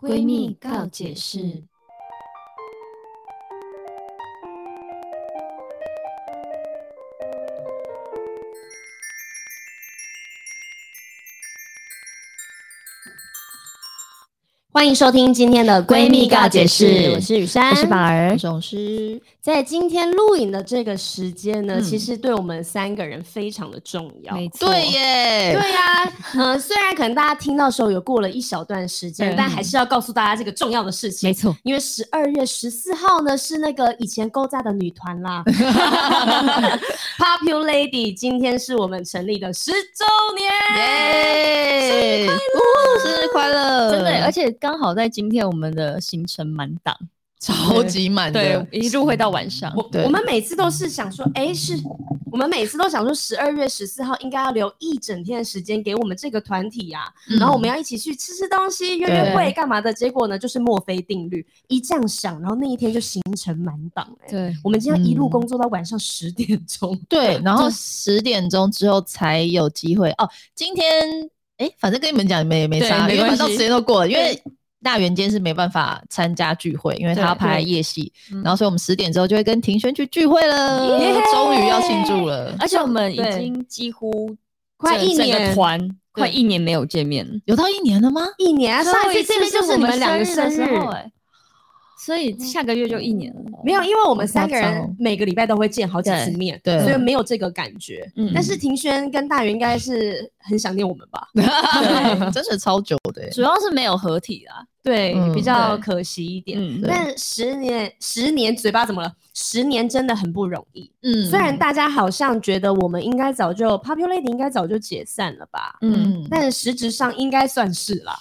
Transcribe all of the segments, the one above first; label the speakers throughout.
Speaker 1: 闺蜜告解室。
Speaker 2: 欢迎收听今天的闺蜜告解室，
Speaker 1: 我是雨珊，
Speaker 2: 我是宝儿，
Speaker 1: 总师。
Speaker 2: 在今天录影的这个时间呢，
Speaker 1: 嗯
Speaker 2: 其实对我们三个人非常的重要。
Speaker 1: 错，对耶，
Speaker 2: 对呀、呃，虽然可能大家听到时候有过了一小段时间，
Speaker 1: 嗯
Speaker 2: 但还是要告诉大家这个重要的事情。
Speaker 1: 错，
Speaker 2: 因为十二月十四号呢是那个以前勾搭的女团 啦 ，Popular Lady，今天是我们成立的十周年。
Speaker 1: 耶，生日快乐
Speaker 3: 真的耶，而且刚好在今天我们的行程满档，
Speaker 1: 超级满的
Speaker 3: 对，，一路会到晚上。
Speaker 2: 我
Speaker 1: 对
Speaker 2: 我们每次都是想说，哎，是我们每次都想说，十二月十四号应该要留一整天的时间给我们这个团体呀、
Speaker 1: 嗯
Speaker 2: 然后我们要一起去吃吃东西、约约会干嘛的。结果呢，就是墨菲定律，一这样想，然后那一天就行程满档、哎，
Speaker 3: 对，
Speaker 2: 我们今天一路
Speaker 1: 嗯
Speaker 2: 工作到晚上十点钟，
Speaker 1: 对，然后十点钟之后才有机会哦。今天哎，反正跟你们讲，你们也没差，
Speaker 3: 对没
Speaker 1: 因为
Speaker 3: 关系
Speaker 1: 反正时间都过了，因为。大圆今天是没办法参加聚会，因为他要
Speaker 3: 对
Speaker 1: 拍
Speaker 3: 对
Speaker 1: 夜戏，
Speaker 3: 嗯
Speaker 1: 然后所以我们十点之后就会跟庭轩去聚会了
Speaker 2: 耶
Speaker 1: 终于要庆祝了，
Speaker 3: 而且我们已
Speaker 2: 对
Speaker 3: 经几乎
Speaker 2: 快
Speaker 3: 整
Speaker 2: 一
Speaker 3: 整个
Speaker 2: 年
Speaker 3: 团快一年没有见面。
Speaker 1: 有到一年了吗？
Speaker 2: 一年啊，上一次见面就是你们两个生
Speaker 3: 生
Speaker 2: 日。
Speaker 3: 候哎，所以下个月就一年了。
Speaker 2: 没有，因为我们三个
Speaker 1: 好夸张哦
Speaker 2: 人每个礼拜都会见好几次面，
Speaker 1: 对对
Speaker 2: 所以没有这个感觉。
Speaker 3: 嗯
Speaker 2: 但是庭轩跟大元应该是很想念我们吧？
Speaker 3: 对
Speaker 1: 真的超久的欸耶，
Speaker 3: 主要是没啊有合体啦。
Speaker 2: 对，
Speaker 1: 嗯
Speaker 2: 比较
Speaker 3: 对
Speaker 2: 可惜一点。
Speaker 3: 嗯，
Speaker 1: 对
Speaker 2: 但十年，十年嘴巴怎么了？十年真的很不容易。
Speaker 1: 嗯
Speaker 2: 虽然大家好像觉得我们应该早就 Populate 应该早就解散了吧，
Speaker 3: 嗯，
Speaker 2: 但实质上应该算是啦。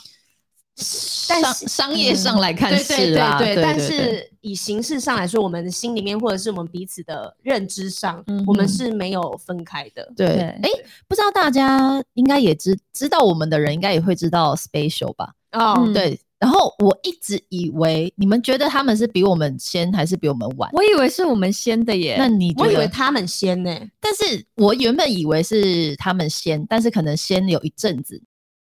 Speaker 2: 但
Speaker 1: 商
Speaker 2: 是
Speaker 1: 商业上来看
Speaker 2: 对
Speaker 1: 是
Speaker 2: 对
Speaker 1: 啦，
Speaker 2: 对
Speaker 1: 对，
Speaker 2: 但是以形式上来说，我们心里面或者是我们彼此的认知上，
Speaker 3: 嗯哼
Speaker 2: 我们是没有分开的。
Speaker 1: 对，
Speaker 3: 对
Speaker 1: 哎，不知道大家应该也知知道我们的人，应该也会知道 Special 吧？
Speaker 2: 哦，
Speaker 3: 嗯
Speaker 1: 对。然后我一直以为你们觉得他们是比我们先还是比我们晚？
Speaker 3: 我以为是我们先的耶。
Speaker 1: 那你觉
Speaker 2: 我以为
Speaker 1: 得？
Speaker 2: 他们先呢、
Speaker 1: 但是我原本以为是他们先，但是可能先有一阵子，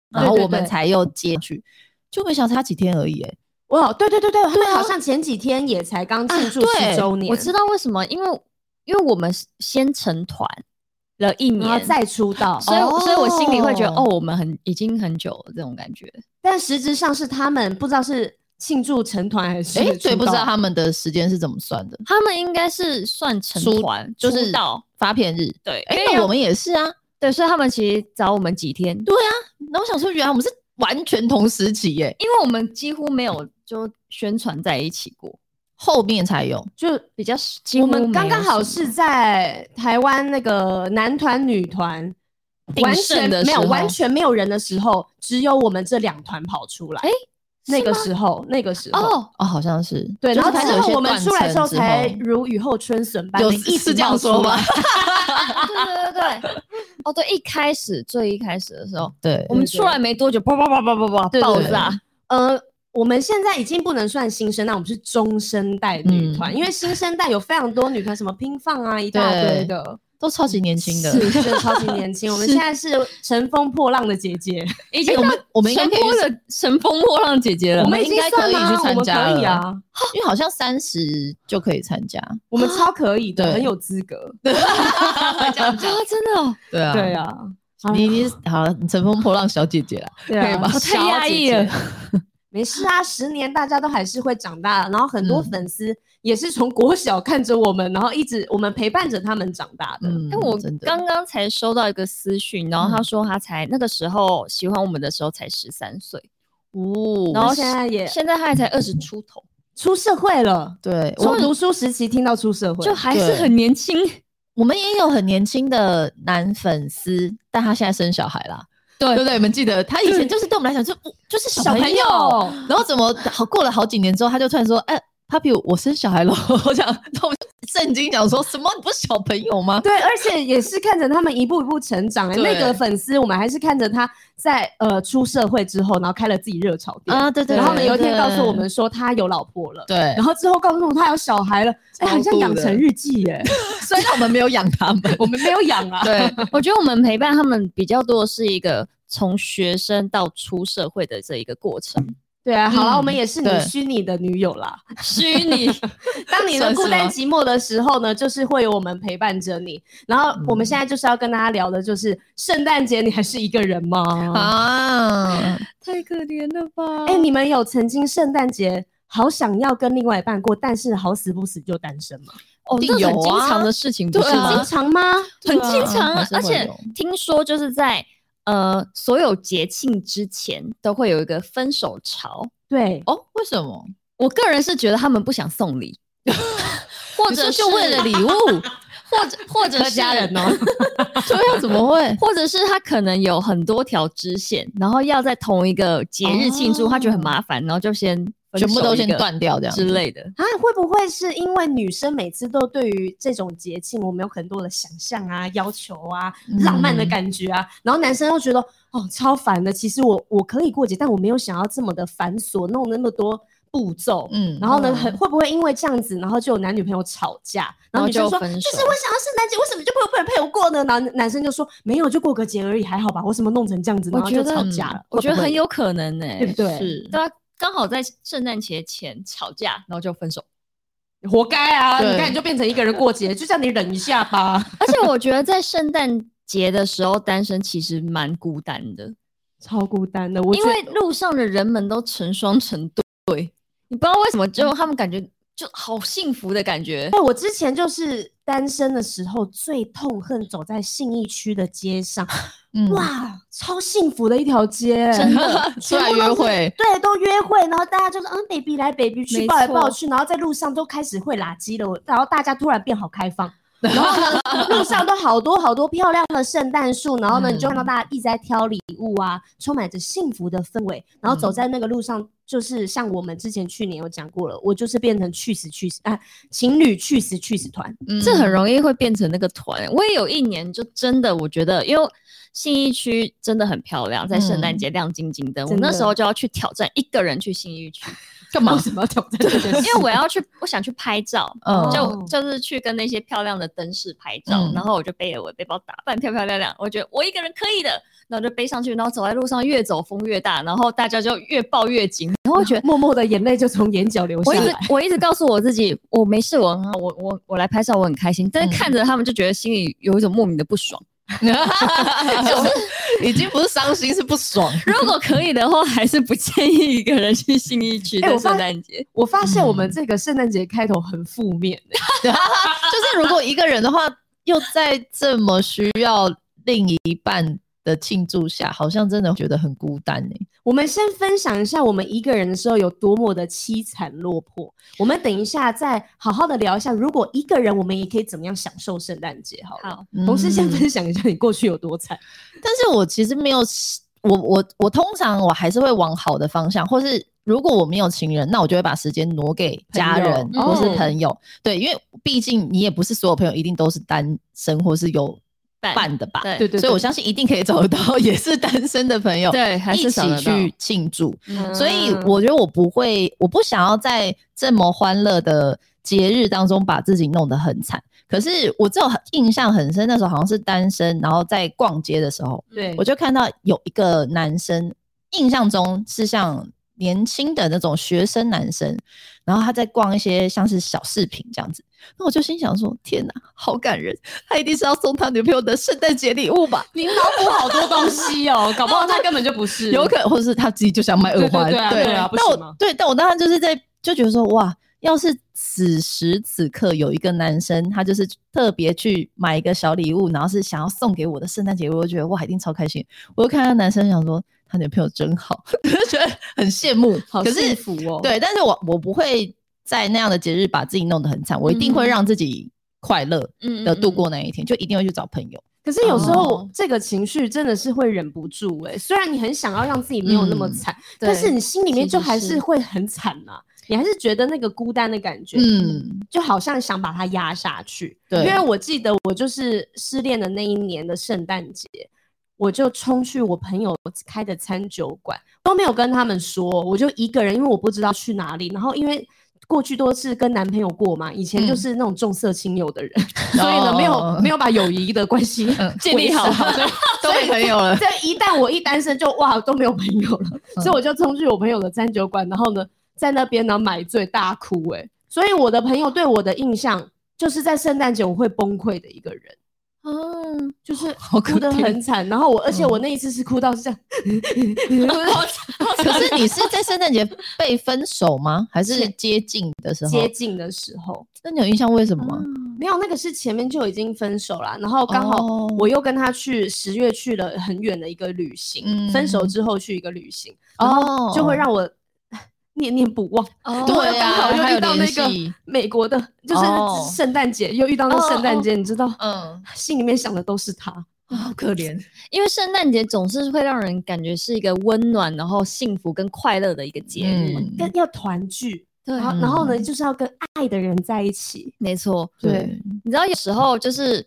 Speaker 1: 然后
Speaker 2: 对对
Speaker 1: 我们
Speaker 2: 对
Speaker 1: 才又接去，就没想到差几天而已。啊哎，
Speaker 2: 哇，对对对对，他们好像前几天也才刚庆祝
Speaker 1: 啊对
Speaker 2: 十周年，
Speaker 3: 我知道为什么，因为因为我们是先成团了一
Speaker 2: 然后
Speaker 3: 年，
Speaker 2: 再出道，
Speaker 3: 所以、所以我心里会觉得，
Speaker 1: 哦
Speaker 3: 哦，我们很已经很久了这种感觉。
Speaker 2: 但实质上是他们不知道是庆祝成团还是
Speaker 1: 哎，
Speaker 2: 出
Speaker 1: 所以不知
Speaker 2: 道
Speaker 1: 道他们的时间是怎么算的，
Speaker 3: 他们应该是算成
Speaker 1: 出
Speaker 3: 团，
Speaker 1: 就是
Speaker 3: 出道
Speaker 1: 发片日。
Speaker 3: 对，
Speaker 1: 哎
Speaker 3: 因，为
Speaker 1: 那
Speaker 3: 要
Speaker 1: 我们也是啊。
Speaker 3: 对，所以他们其实找我们几天，
Speaker 1: 对啊，那我想说，原来我们是完全同时期欸耶，
Speaker 3: 因为我们几乎没有就宣传在一起过，
Speaker 1: 后面才有。
Speaker 2: 就
Speaker 3: 比较几
Speaker 2: 我
Speaker 3: 乎
Speaker 2: 们刚
Speaker 3: 没有
Speaker 2: 刚好
Speaker 3: 什么
Speaker 2: 是在台湾那个男团、女团
Speaker 3: 鼎
Speaker 2: 完
Speaker 3: 盛
Speaker 2: 全
Speaker 3: 的
Speaker 2: 没有
Speaker 3: 时候
Speaker 2: 完全没有人的时候，只有我们这两团跑出来。
Speaker 3: 诶
Speaker 2: 那
Speaker 3: 是
Speaker 2: 个
Speaker 3: 吗
Speaker 2: 时候，那个时候，
Speaker 3: 哦，
Speaker 1: 哦，好像是
Speaker 2: 对，
Speaker 1: 就
Speaker 2: 然
Speaker 1: 是
Speaker 2: 后
Speaker 1: 开始
Speaker 2: 之
Speaker 1: 有些
Speaker 2: 后我们出来
Speaker 1: 断层之
Speaker 2: 后
Speaker 1: 后
Speaker 2: 才如雨后春笋般
Speaker 1: 有
Speaker 2: 地一
Speaker 1: 是
Speaker 2: 直
Speaker 1: 这样
Speaker 2: 冒出
Speaker 1: 说吗
Speaker 2: 来
Speaker 3: 对对对对对， 哦对，一开始最一开始的时候，
Speaker 1: 对
Speaker 3: 我们出来没多久，啪啪啪啪啪啪
Speaker 2: 对对
Speaker 3: 爆
Speaker 1: 对
Speaker 3: 炸，
Speaker 2: 呃，我们现在已经不能算新生代，我们是中生代女团，
Speaker 1: 嗯
Speaker 2: 因为新生代有非常多女团，什么拼放啊，一大堆的，
Speaker 1: 都超级年轻的。
Speaker 2: 是真的超级年轻。我们现在是乘风破浪的姐姐，
Speaker 3: 已
Speaker 1: 哎
Speaker 3: 经
Speaker 1: 我
Speaker 3: 到
Speaker 1: 们我们应该
Speaker 3: 乘
Speaker 1: 可以去
Speaker 3: 风的乘风破浪姐姐了
Speaker 2: 我。们
Speaker 1: 们
Speaker 2: 已经
Speaker 1: 应该
Speaker 2: 算
Speaker 1: 可以
Speaker 2: 啦
Speaker 1: 去参加
Speaker 2: 我们可以
Speaker 1: 了
Speaker 2: 啊，
Speaker 1: 因为好像三十就可以参加。
Speaker 2: 我们超可以的，
Speaker 1: 对
Speaker 2: 很有资格。
Speaker 3: 啊，真的、哦，
Speaker 1: 对啊
Speaker 2: 对啊，
Speaker 1: 你你好，你乘风破浪小姐姐啦。
Speaker 2: 对
Speaker 1: 可以
Speaker 2: 啊
Speaker 1: 吧，
Speaker 3: 我太压抑了。
Speaker 2: 没事啊，十年大家都还是会长大，然后很多
Speaker 1: 嗯
Speaker 2: 粉丝也是从国小看着我们，然后一直我们陪伴着他们长大的。
Speaker 1: 嗯，
Speaker 3: 但我
Speaker 1: 真的
Speaker 3: 刚刚才收到一个私讯，然后他
Speaker 1: 嗯
Speaker 3: 说他才、那个时候喜欢我们的时候才十三岁，
Speaker 1: 哦，
Speaker 3: 然后
Speaker 2: 现在也
Speaker 3: 现在他也才二十出头，
Speaker 2: 出社会了，
Speaker 1: 对我
Speaker 2: 从读书时期听到出社会，
Speaker 3: 就还是
Speaker 1: 对
Speaker 3: 很年轻。
Speaker 1: 我们也有很年轻的男粉丝，但他现在生小孩啦。
Speaker 3: 对
Speaker 1: 对不对？你们记得他以前
Speaker 3: 对
Speaker 1: 就是对我们来讲，就哦就是
Speaker 2: 小朋友，
Speaker 1: 然后怎么好过了好几年之后，他就突然说：“哎、p a p i 我生小孩了。” 我讲，那我就震惊，讲说什么？你不是小朋友吗？
Speaker 2: 对，而且也是看着他们一步一步成长、欸。那
Speaker 1: 对
Speaker 2: 个粉丝，我们还是看着他在呃出社会之后，然后开了自己热炒店，
Speaker 1: 啊，对对
Speaker 2: 然后呢
Speaker 1: 对
Speaker 2: 有一天
Speaker 1: 对
Speaker 2: 告诉我们说他有老婆了。
Speaker 1: 对，
Speaker 2: 然后之后告诉我他有小孩了，哎、很像
Speaker 1: 超酷的
Speaker 2: 养成日记 耶、
Speaker 1: 虽然我们没有养他们，
Speaker 2: 我们没有养啊。
Speaker 1: 对，
Speaker 3: 我觉得我们陪 伴他们比较多的是一个从学生到出社会的这一个过程，
Speaker 2: 对啊，好了，
Speaker 1: 嗯
Speaker 2: 我们也是你
Speaker 1: 对
Speaker 2: 虚拟的女友啦。
Speaker 3: 虚拟
Speaker 2: 当你呢
Speaker 1: 算是
Speaker 2: 孤单
Speaker 1: 吗
Speaker 2: 寂寞的时候呢，就是会有我们陪伴着你。然后我们
Speaker 1: 嗯
Speaker 2: 现在就是要跟大家聊的，就是圣诞节你还是一个人
Speaker 1: 嗯
Speaker 2: 吗？
Speaker 1: 啊，
Speaker 3: 太可怜了吧？
Speaker 2: 哎、你们有曾经圣诞节好想要跟另外一半过，但是好死不死就单身吗？
Speaker 3: 哦，
Speaker 1: 一
Speaker 3: 这是
Speaker 1: 定
Speaker 3: 很
Speaker 1: 有
Speaker 3: 经
Speaker 1: 啊
Speaker 3: 常的事情，不
Speaker 1: 对
Speaker 3: 是
Speaker 1: 啊
Speaker 3: 吗？
Speaker 2: 经常吗？
Speaker 3: 很
Speaker 2: 对啊
Speaker 3: 经常
Speaker 1: 还
Speaker 3: 啊，
Speaker 1: 是
Speaker 3: 而
Speaker 1: 会
Speaker 3: 且
Speaker 1: 有
Speaker 3: 听说就是在呃所有节庆之前都会有一个分手潮。
Speaker 2: 对，
Speaker 1: 哦，为什么？
Speaker 3: 我个人是觉得他们不想送 礼，或
Speaker 1: 你
Speaker 3: 者
Speaker 1: 说
Speaker 3: 是
Speaker 1: 就为了礼物，
Speaker 3: 或 者或者
Speaker 2: 客
Speaker 3: 是
Speaker 2: 家人哦，
Speaker 1: 对啊，怎么会？
Speaker 3: 或者是他可能有很多条支线，然后要在同一个节日庆祝，他觉得很麻烦，然后就先分
Speaker 1: 哦全部
Speaker 3: 手
Speaker 1: 都
Speaker 3: 一
Speaker 1: 先
Speaker 3: 个
Speaker 1: 断掉这样
Speaker 3: 之
Speaker 1: 子
Speaker 3: 类的。
Speaker 2: 啊，会不会是因为女生每次都对于这种节庆，我们有很多的想象啊、要求啊、浪漫的
Speaker 1: 嗯
Speaker 2: 感觉啊，然后男生又觉得哦超烦的。其实我我可以过节，但我没有想要这么的繁琐，弄那么多步骤。
Speaker 1: 嗯
Speaker 2: 然后呢，很
Speaker 3: 嗯
Speaker 2: 会不会因为这样子，然后就有男女朋友吵架，
Speaker 3: 然
Speaker 2: 然
Speaker 3: 后
Speaker 2: 后女生
Speaker 3: 就
Speaker 2: 说，就
Speaker 3: 分
Speaker 2: 是
Speaker 3: 手
Speaker 2: 我想要圣诞节，为什么就不有人陪我过呢？然后男生就说没有，就过个节而已，还好吧，为什么弄成这样子，然后就吵架了？
Speaker 3: 我觉得
Speaker 2: 会不会
Speaker 3: 很有可能呢、
Speaker 2: 对不对
Speaker 3: 是，大
Speaker 1: 啊
Speaker 3: 家刚好在圣诞节前吵架，然后就分手。
Speaker 2: 活该啊！你
Speaker 1: 对
Speaker 2: 看你就变成一个人过节，就叫你忍一下吧。
Speaker 3: 而且我觉得在圣诞节的时候单身其实蛮孤单的，
Speaker 2: 超孤单的，我
Speaker 3: 因
Speaker 2: 觉得
Speaker 3: 为路上的人们都成双成对，你不知道为什么，就他们感觉就好幸福的感觉。
Speaker 2: 哎、我之前就是单身的时候最痛恨走在信义区的街上，
Speaker 1: 嗯，
Speaker 2: 哇，超幸福的一条街，
Speaker 3: 真的
Speaker 1: 出来
Speaker 2: 全部都
Speaker 1: 约
Speaker 2: 是
Speaker 1: 会，
Speaker 2: 对，都约会，然后大家就是嗯，baby 来 baby 去，
Speaker 3: 没
Speaker 2: 抱来
Speaker 3: 错
Speaker 2: 抱去，然后在路上都开始会拉鸡了，我然后大家突然变好开 放。然后呢，路上都好多好多漂亮的圣诞树，然后呢，你就看到大家一直在挑礼物啊，充满着幸福的氛围。然后走
Speaker 1: 嗯
Speaker 2: 在那个路上，就是像我们之前去年有讲过了，我就是变成去死去死啊，情侣去死去死团，
Speaker 3: 这很
Speaker 1: 容
Speaker 3: 容易会变成那个团。我也有一年就真的，我觉得因为信义区真的很漂亮，在圣诞节亮晶晶的，我
Speaker 2: 嗯真的
Speaker 3: 那时候就要去挑战一个人去信义区，
Speaker 1: 干嘛？
Speaker 2: 么要挑战这件
Speaker 3: 因为我要去，我想去拍照，
Speaker 1: 嗯
Speaker 3: 就
Speaker 2: 哦
Speaker 3: 就是去跟那些漂亮的灯饰拍照，
Speaker 1: 嗯
Speaker 3: 然后我就背着我的背包打扮漂漂亮亮，我觉得我一个人可以的，然后就背上去，然后走在路上越走风越大，然后大家就越抱越紧，然后我觉得。
Speaker 2: 默默的眼泪就从眼角流下
Speaker 3: 我一直
Speaker 2: 来。
Speaker 3: 我一直告诉我自己，我没事，我很好，我我我来拍照，我很开心。但是看着他们就觉得心里有一种莫名的不爽。
Speaker 1: 就是已经不是伤心，是不爽。
Speaker 3: 如果可以的话，还是不建议一个人去信义区
Speaker 2: 哎
Speaker 3: 的
Speaker 2: 我发
Speaker 3: 圣诞节。
Speaker 2: 我发现我们这个圣诞节开头很负面、
Speaker 1: 就是如果一个人的话，又在这么需要另一半的庆祝下，好像真的觉得很孤单哎、
Speaker 2: 我们先分享一下我们一个人的时候有多么的凄惨落魄。我们等一下再好好的聊一下，如果一个人，我们也可以怎么样享受圣诞节？好了，
Speaker 3: 好，
Speaker 2: 同时先
Speaker 1: 嗯
Speaker 2: 分享一下你过去有多惨。
Speaker 1: 但是我其实没有，我我我通常我还是会往好的方向，或是如果我没有情人，那我就会把时间挪给家人
Speaker 3: 友嗯
Speaker 2: 朋
Speaker 1: 或是
Speaker 2: 哦
Speaker 1: 朋友。对，因为毕竟你也不是所有朋友一定都是单身或是有
Speaker 3: 伴
Speaker 1: 伴的吧。
Speaker 3: 对
Speaker 2: 对对
Speaker 1: 所以我相信一定可以找得到 也是单身的朋友，
Speaker 3: 对，还
Speaker 1: 一
Speaker 3: 是找
Speaker 1: 起
Speaker 3: 得到
Speaker 1: 去庆祝。
Speaker 3: 嗯
Speaker 1: 所以我觉得我不会，我不想要在这么欢乐的节日当中把自己弄得很惨。可是我只有很印象很深，那时候好像是单身，然后在逛街的时候，
Speaker 2: 对
Speaker 1: 我就看到有一个男生，印象中是像年轻的那种学生男生，然后他在逛一些像是小饰品这样子。那我就心想说：天哪，好感人！他一定是要送他女朋友的圣诞节礼物吧？
Speaker 2: 您脑补好多东西哦，搞不好他根本就不是
Speaker 1: 有可能，或者是他自己就想买耳环，
Speaker 2: 对对对啊对啊不
Speaker 1: 但
Speaker 2: 行吗
Speaker 1: 我对，但我当时就是在就觉得说，哇，要是此时此刻有一个男生，他就是特别去买一个小礼物，然后是想要送给我的圣诞节，我就觉得哇，一定超开心。我就看到男生想说，他女朋友真好， 就觉得很羡慕，
Speaker 2: 好
Speaker 1: 可是
Speaker 2: 幸福哦。，
Speaker 1: 对，但是我我不会在那样的节日把自己弄得很惨，我一定会
Speaker 3: 嗯
Speaker 1: 让自己快乐
Speaker 3: 嗯
Speaker 1: 的度。
Speaker 3: 嗯嗯
Speaker 1: 过那一天，就一定会去找朋友。
Speaker 2: 可是有时候
Speaker 1: 哦
Speaker 2: 这个情绪真的是会忍不住哎、虽然你很想要让自己没有那么
Speaker 1: 嗯
Speaker 2: 惨，但是
Speaker 3: 对
Speaker 2: 你心里面
Speaker 3: 其
Speaker 2: 就
Speaker 3: 实
Speaker 2: 还
Speaker 3: 是
Speaker 2: 是会很惨呐、你还是觉得那个孤单的感觉，
Speaker 1: 嗯，
Speaker 2: 就好像想把它压下去。
Speaker 1: 对
Speaker 2: 因为我记得我就是失恋的那一年的圣诞节，我就冲去我朋友开的餐酒馆，都没有跟他们说，我就一个人，因为我不知道去哪里。然后因为过去都是跟男朋友过嘛，以前就
Speaker 1: 嗯
Speaker 2: 是那种重色轻友的人， 所以呢，没有没有把友谊的关系
Speaker 3: 嗯哦建立好
Speaker 2: 维持
Speaker 3: 对
Speaker 1: 都没朋友 了。
Speaker 2: 这一旦我一单身就哇都没有朋友了，
Speaker 1: 嗯
Speaker 2: 所以我就冲去我朋友的餐酒馆，然后呢在那边呢买醉大哭哎、所以我的朋友对我的印象就是在圣诞节我会崩溃的一个人，
Speaker 3: 嗯，
Speaker 2: 就是
Speaker 1: 哦好可
Speaker 2: 哭得
Speaker 1: 怜嗯
Speaker 2: 很惨，然后我而且我那一次是哭到是这样，
Speaker 1: 可是你是在圣诞节被分手吗？还是接近的时候？
Speaker 2: 接近的时候
Speaker 1: 那你有印象为什么吗？
Speaker 3: 嗯
Speaker 2: 没有那个是前面就已经分手了，然后刚好
Speaker 1: 哦
Speaker 2: 我又跟他去十月去了很远的一个旅行，
Speaker 1: 嗯
Speaker 2: 分手之后去一个旅行，然
Speaker 1: 哦
Speaker 2: 后就会让我 念念不忘。
Speaker 3: 哦
Speaker 2: 对
Speaker 1: 对
Speaker 2: 刚好
Speaker 1: 啊，
Speaker 2: 又
Speaker 1: 还有
Speaker 2: 遇到
Speaker 1: 联
Speaker 2: 那个
Speaker 1: 系
Speaker 2: 美国的，就是
Speaker 1: 哦
Speaker 2: 圣诞节、又遇到那个圣诞节，你知道，
Speaker 1: 嗯，
Speaker 2: 心里面想的都是他。
Speaker 1: 好可怜。
Speaker 3: 因为圣诞节总是会让人感觉是一个温暖、然后幸福跟快乐的一个节日。
Speaker 1: 嗯
Speaker 2: 跟要团聚，
Speaker 3: 对
Speaker 2: 嗯然后然后呢，就是要跟爱的人在一起。
Speaker 3: 没错，
Speaker 1: 对，
Speaker 3: 你知道有时候就是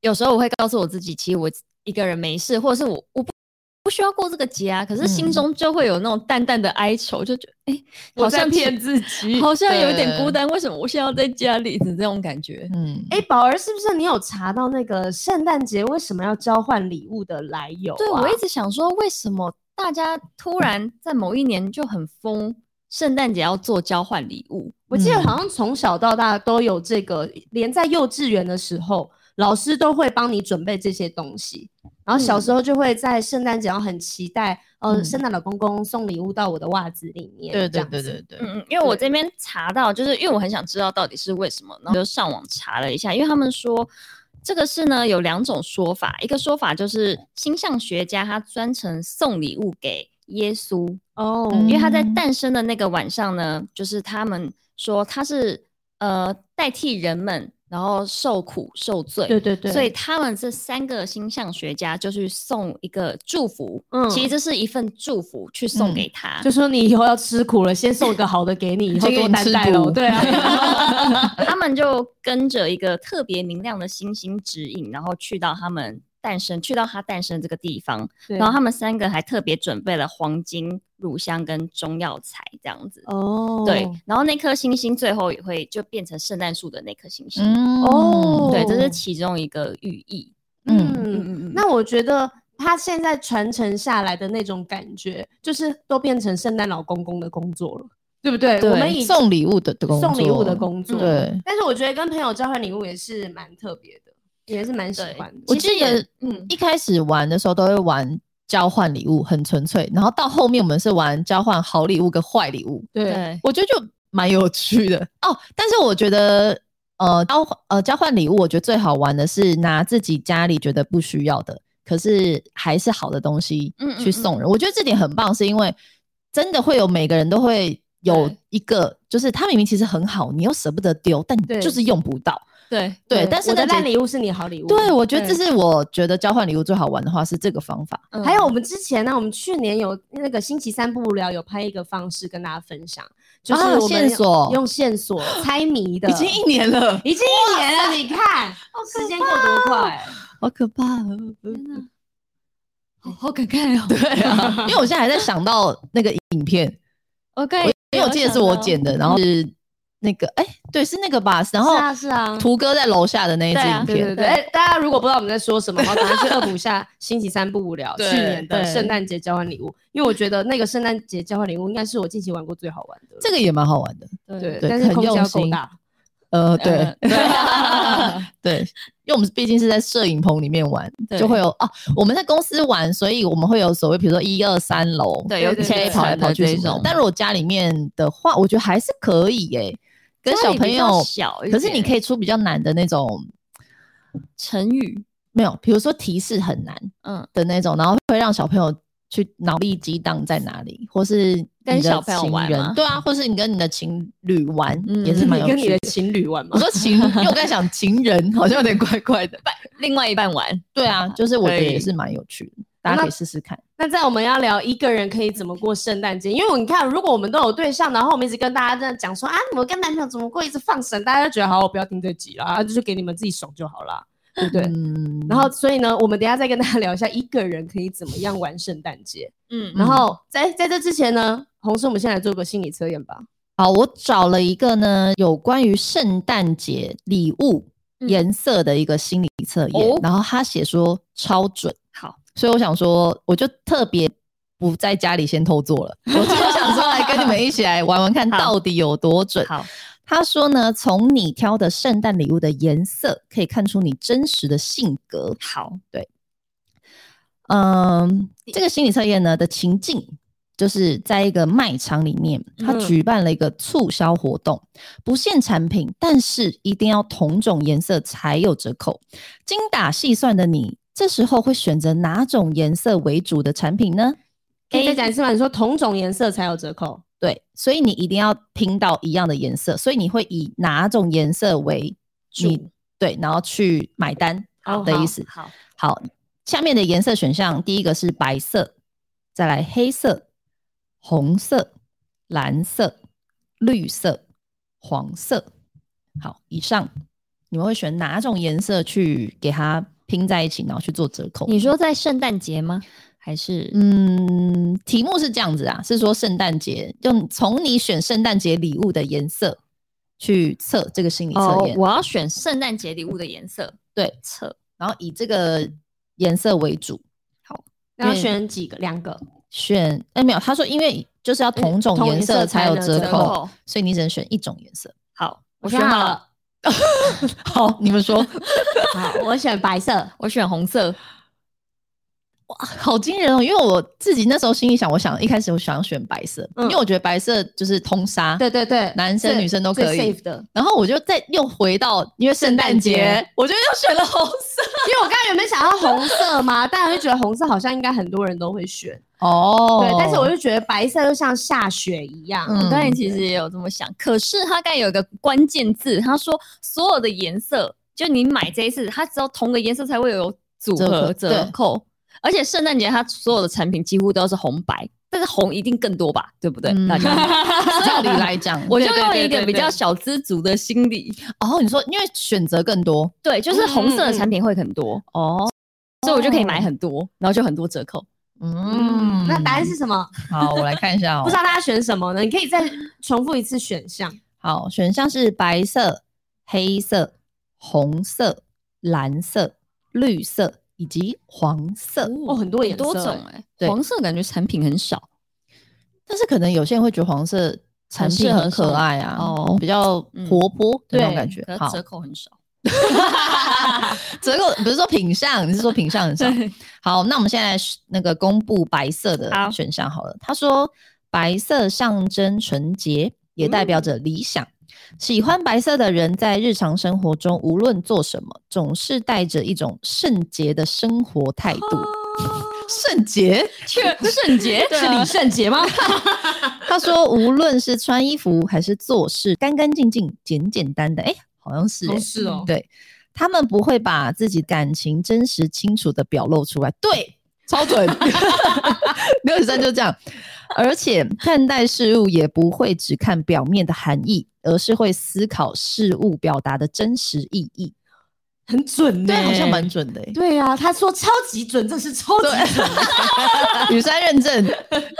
Speaker 3: 有时候我会告诉我自己，其实我一个人没事，或者是我我不不需要过这个节啊，可是心
Speaker 1: 嗯
Speaker 3: 中就会有那种淡淡的哀愁，就觉得哎、好
Speaker 2: 我在
Speaker 3: 像
Speaker 2: 骗自己
Speaker 3: 好像有点孤
Speaker 1: 对
Speaker 3: 单，为什么我现在要在家里的这种感觉？
Speaker 1: 嗯，
Speaker 2: 哎，宝儿，是不是你有查到那个圣诞节为什么要交换礼物的来由、啊？
Speaker 3: 对我一直想说，为什么大家突然在某一年就很疯圣诞节要做交换礼物？
Speaker 2: 我记得
Speaker 1: 嗯
Speaker 2: 好像从小到大都有这个，连在幼稚园的时候，老师都会帮你准备这些东西。然后小时候就会在圣诞节，然后很期待，呃，
Speaker 1: 嗯
Speaker 2: 圣诞老公公送礼物到我的袜子里面。
Speaker 1: 对
Speaker 2: 这
Speaker 1: 对
Speaker 2: 样
Speaker 1: 对
Speaker 2: 子
Speaker 1: 对对，
Speaker 3: 嗯，嗯，因为我
Speaker 2: 对
Speaker 3: 这边查到，就是因为我很想知道到底是为什么，然后就上网查了一下，因为他们说这个是呢有两种说法，一个说法就是星象学家他专程送礼物给耶稣，
Speaker 2: 哦，
Speaker 1: 嗯
Speaker 3: 因为他在
Speaker 1: 嗯
Speaker 3: 诞生的那个晚上呢，就是他们说他是呃代替人们，然后受苦受罪，
Speaker 2: 对对对，
Speaker 3: 所以他们这三个星象学家就去送一个祝福，
Speaker 2: 嗯
Speaker 3: 其实这是一份祝福去送给 他，
Speaker 2: 就说你以后要吃苦了，先送一个好的给你，以后
Speaker 1: 先给
Speaker 2: 多
Speaker 1: 你
Speaker 2: 担
Speaker 1: 吃
Speaker 2: 待喽。
Speaker 1: 苦
Speaker 2: 对啊，
Speaker 3: 他们就跟着一个特别明亮的星星指引，然后去到他们诞生，去到他诞生这个地方。
Speaker 2: 对
Speaker 3: 然后他们三个还特别准备了黄金、乳香跟中药材这样子。
Speaker 2: 哦，
Speaker 3: 对，然后那颗星星最后也会就变成圣诞树的那颗星星。
Speaker 1: 嗯
Speaker 2: 哦
Speaker 3: 对，这是其中一个寓意。
Speaker 2: 嗯，
Speaker 3: 嗯嗯
Speaker 2: 那我觉得他现在传承下来的那种感觉，就是都变成圣诞老公公的工作了，对不对？
Speaker 3: 对
Speaker 2: 我们以
Speaker 1: 送礼物的的工作，
Speaker 2: 送礼物的工作，
Speaker 1: 对。
Speaker 2: 但是我觉得跟朋友交换礼物也是蛮特别的，也是蛮喜欢的。
Speaker 1: 我
Speaker 3: 其实
Speaker 1: 记得
Speaker 3: 也嗯
Speaker 1: 一开始玩的时候都会玩交换礼物，很纯粹。然后到后面我们是玩交换好礼物跟坏礼物，
Speaker 2: 对，
Speaker 3: 对，
Speaker 1: 我觉得就蛮有趣的哦。但是我觉得，呃，交换呃交换礼物，我觉得最好玩的是拿自己家里觉得不需要的，可是还是好的东西
Speaker 3: 嗯嗯
Speaker 1: 去送人。我觉得这点很棒，是因为真的会有每个人都会有
Speaker 3: 对
Speaker 1: 一个，就是它明明其实很好，你又舍不得丢，但
Speaker 2: 对
Speaker 1: 你就是用不到。
Speaker 3: 对，
Speaker 1: 对，但是
Speaker 2: 我
Speaker 1: 那
Speaker 2: 的
Speaker 1: 节
Speaker 2: 烂礼物是你好礼物，
Speaker 1: 对，我觉得这
Speaker 3: 对
Speaker 1: 是我觉得交换礼物最好玩的话是这个方法。
Speaker 3: 嗯
Speaker 2: 还有我们之前呢，我们去年有那个星期三不无聊有拍一个方式跟大家分享，就是
Speaker 1: 啊
Speaker 2: 我们
Speaker 1: 线
Speaker 2: 用
Speaker 1: 索
Speaker 2: 用线 索猜谜的，
Speaker 1: 年了，
Speaker 2: 已经一年了，你看时间过多快，
Speaker 1: 好可怕哦！
Speaker 3: 好好感慨哦。
Speaker 1: 对啊， 因为我现在还在想到那个影片，
Speaker 3: 我可以，
Speaker 1: 因为我记得是我剪的，然后是那个哎、对，是那个吧，然后
Speaker 2: 是啊是啊
Speaker 1: 图哥在楼下的那一支
Speaker 3: 对啊
Speaker 1: 影
Speaker 2: 对
Speaker 1: 片，
Speaker 2: 对对，哎，大家如果不知道我们在说什么，然后赶快去恶补一下星期三不无 聊去
Speaker 1: 对
Speaker 2: 年的
Speaker 1: 对
Speaker 2: 圣诞节交换礼物，因为我觉得那个圣诞节交换礼物应该是我近期玩过最好玩的了。
Speaker 1: 这个也蛮好玩的。
Speaker 3: 我
Speaker 2: 对，
Speaker 1: 对
Speaker 2: 但是
Speaker 1: 很
Speaker 2: 空间
Speaker 1: 用
Speaker 2: 要够
Speaker 1: 心
Speaker 2: 大，
Speaker 1: 呃，对、
Speaker 3: 呃
Speaker 1: 对，因为我们毕竟是在摄影棚里面玩，
Speaker 3: 对
Speaker 1: 就会有啊，我们在公司玩，所以我们会有所谓，比如说一二三楼，
Speaker 3: 对有
Speaker 1: 一些
Speaker 3: 底
Speaker 1: 跑来
Speaker 3: 层的
Speaker 1: 跑去
Speaker 3: 这
Speaker 1: 什么的
Speaker 3: 种
Speaker 1: 但如果家里面的话，我觉得还是可以耶、跟
Speaker 3: 家
Speaker 1: 小
Speaker 3: 里
Speaker 1: 朋
Speaker 3: 比较
Speaker 1: 友，
Speaker 3: 小一
Speaker 1: 可是你
Speaker 3: 点
Speaker 1: 可以出比较难的那种，
Speaker 3: 成语，
Speaker 1: 没有，比如说提示很难
Speaker 3: 嗯，
Speaker 1: 的那种，然后会让小朋友去脑力激荡在哪里，或是你
Speaker 3: 跟
Speaker 1: 的
Speaker 3: 小朋友
Speaker 1: 情
Speaker 3: 玩
Speaker 1: 人
Speaker 3: 吗
Speaker 1: 对啊，或是你跟你的情侣玩、
Speaker 3: 嗯
Speaker 1: 也是蛮 有
Speaker 2: 你跟你
Speaker 1: 趣
Speaker 2: 的
Speaker 1: 的。
Speaker 2: 情侣玩
Speaker 1: 我
Speaker 2: 吗？
Speaker 1: 说情，因为我在想情人好像有点怪怪的。
Speaker 3: 另外一半玩。
Speaker 1: 对啊，就是我觉得
Speaker 3: 可以
Speaker 1: 也是蛮有趣的，大家可以试试看。
Speaker 2: 那在我们要聊一个人可以怎么过圣诞节，因为我你看，如果我们都有对象，然后我们一直跟大家这样讲说啊，你们跟男朋友怎么过，一直放闪，大家就觉得好，我不要听这集啦，啊就是给你们自己爽就好啦， 对不对？
Speaker 1: 嗯，
Speaker 2: 然后，所以呢，我们等一下再跟大家聊一下一个人可以怎么样玩圣诞节。
Speaker 3: 嗯，
Speaker 2: 然后在在这之前呢，红叔，我们先来做个心理测验吧。
Speaker 1: 好，我找了一个呢，有关于圣诞节礼物
Speaker 3: 嗯
Speaker 1: 颜色的一个心理测验，
Speaker 3: 哦
Speaker 1: 然后他写说超准，
Speaker 3: 好，
Speaker 1: 所以我想说，我就特别不在家里先偷做了，我 就想说来跟你们一起来玩玩看，
Speaker 3: 好
Speaker 1: 到底有多准。
Speaker 3: 好，
Speaker 1: 他说呢，从你挑的圣诞礼物的颜色可以看出你真实的性格。
Speaker 3: 好，
Speaker 1: 嗯，这个心理测验呢的情境。就是在一个卖场里面，他
Speaker 2: 嗯
Speaker 1: 举办了一个促销活动，不限产品，但是一定要同种颜色才有折扣。精打细算的你，这时候会选择哪种颜色为主的产品呢？
Speaker 2: 可以再讲一次吗？你说同种颜色才有折扣，
Speaker 1: 对，所以你一定要拼到一样的颜色，所以你会以哪种颜色为
Speaker 3: 主
Speaker 1: 你对，然后去买单
Speaker 2: 哦
Speaker 1: 的
Speaker 2: 好
Speaker 1: 意思。
Speaker 3: 好，
Speaker 1: 好，下面的颜色选项，第一个是白色，再来黑色、红色、蓝色、绿色、黄色。好，以上你们会选哪种颜色去给它拼在一起，然后去做折扣？
Speaker 3: 你说在圣诞节吗？还是
Speaker 1: 嗯，题目是这样子啊，是说圣诞节，就你从你选圣诞节礼物的颜色去测这个心理测
Speaker 3: 哦
Speaker 1: 验，，
Speaker 3: 我要选圣诞节礼物的颜色
Speaker 1: 对，
Speaker 3: 测。
Speaker 1: 然后以这个颜色为主
Speaker 2: 然后
Speaker 1: 对
Speaker 2: 选几个？两个。
Speaker 1: 选。哎，没有，他说因为就是要同种
Speaker 2: 嗯同
Speaker 1: 颜
Speaker 2: 颜色
Speaker 1: 色才
Speaker 2: 才
Speaker 1: 有
Speaker 2: 能
Speaker 1: 折
Speaker 2: 折
Speaker 1: 扣，
Speaker 3: 扣
Speaker 1: 所以你只能选一种颜色。
Speaker 3: 好，我
Speaker 2: 我
Speaker 3: 选
Speaker 2: 选
Speaker 3: 好
Speaker 2: 好
Speaker 3: 了，
Speaker 1: 好，你 们说，
Speaker 2: 好，我选白色。
Speaker 3: 我选红色。
Speaker 1: 好惊人哦！因为我自己那时候心里想，我想一开始我想选白色，
Speaker 2: 嗯
Speaker 1: 因为我觉得白色就是通杀，
Speaker 2: 对对对，
Speaker 1: 男生
Speaker 2: 最
Speaker 1: 女生都可以
Speaker 2: 最 safe 的，
Speaker 1: 然后我就再又回到，因为圣诞
Speaker 2: 圣诞
Speaker 1: 节，我就又选了红 色。
Speaker 2: 因为我刚才原本想要红色嘛， 但我就觉得红色好像应该很多人都会选，
Speaker 1: 哦
Speaker 2: 对。但是我就觉得白色又像下雪一样，
Speaker 1: 嗯
Speaker 3: 我刚才其实也有这么想，可是他刚才有一个关键字，他说所有的颜色，就你买这一次，它只有同个颜色才会有组
Speaker 1: 折
Speaker 3: 合
Speaker 1: 扣
Speaker 3: 折
Speaker 1: 对
Speaker 3: 扣，而且圣诞节它所有的产品几乎都是红白，但是红一定更多吧，对不对？
Speaker 1: 嗯
Speaker 3: 大家，
Speaker 1: 照 理来讲，
Speaker 3: 我
Speaker 1: 我
Speaker 3: 就
Speaker 2: 对对
Speaker 3: 用
Speaker 2: 对
Speaker 3: 一个
Speaker 2: 对
Speaker 3: 比较
Speaker 2: 对
Speaker 3: 小资族的心理，
Speaker 1: 哦，你说因为选择更多
Speaker 3: 对，就是红色的
Speaker 2: 嗯嗯嗯
Speaker 3: 产品会很多，
Speaker 1: 哦，
Speaker 3: 所以我就可以买很多，然后就很多折扣。
Speaker 2: 嗯，那答案是什么？
Speaker 1: 好，我来看一下
Speaker 2: 不
Speaker 1: 哦
Speaker 2: 知。道大家选什么呢？你可以再重复一次选项。
Speaker 1: 好，选项是白色、黑色、红色、蓝色、绿色以及黄色。
Speaker 2: 哦很多颜色
Speaker 3: 呃多种
Speaker 2: 欸
Speaker 3: 哎、
Speaker 1: 对
Speaker 3: 黄色感觉产品很少，
Speaker 1: 但是可能有些人会觉得黄色产
Speaker 3: 很适
Speaker 1: 品
Speaker 3: 合
Speaker 1: 很可爱啊，
Speaker 3: 送哦
Speaker 1: 比较活泼的那种
Speaker 2: 对
Speaker 1: 感觉。
Speaker 3: 可
Speaker 1: 好
Speaker 3: 是，折扣很少。
Speaker 1: 折扣不是说品相，你是说品相 很少。好，那我们现在是那个公布白色的
Speaker 3: 好
Speaker 1: 选项好了。他说，白色象征纯洁，也代表着理想。喜欢白色的人在日常生活中，无论做什么，总是带着一种圣洁的生活态度。
Speaker 2: 哦
Speaker 1: 圣洁？
Speaker 3: 却 圣洁
Speaker 2: 是李圣杰吗？
Speaker 1: 他说，无论是穿衣服还是做事，干干净净、简简单单。哎、好像是、哎
Speaker 2: 是哦
Speaker 1: 对，他们不会把自己感情真实清楚的表露出来，对，超准， 刘雨珊就这样。而且看待事物也不会只看表面的含义，而是会思考事物表达的真实意义。
Speaker 2: 很准呢、
Speaker 1: 对，好像蛮准的、欸。
Speaker 2: 对啊，他说超级准，这是超级准。
Speaker 1: 雨珊认证，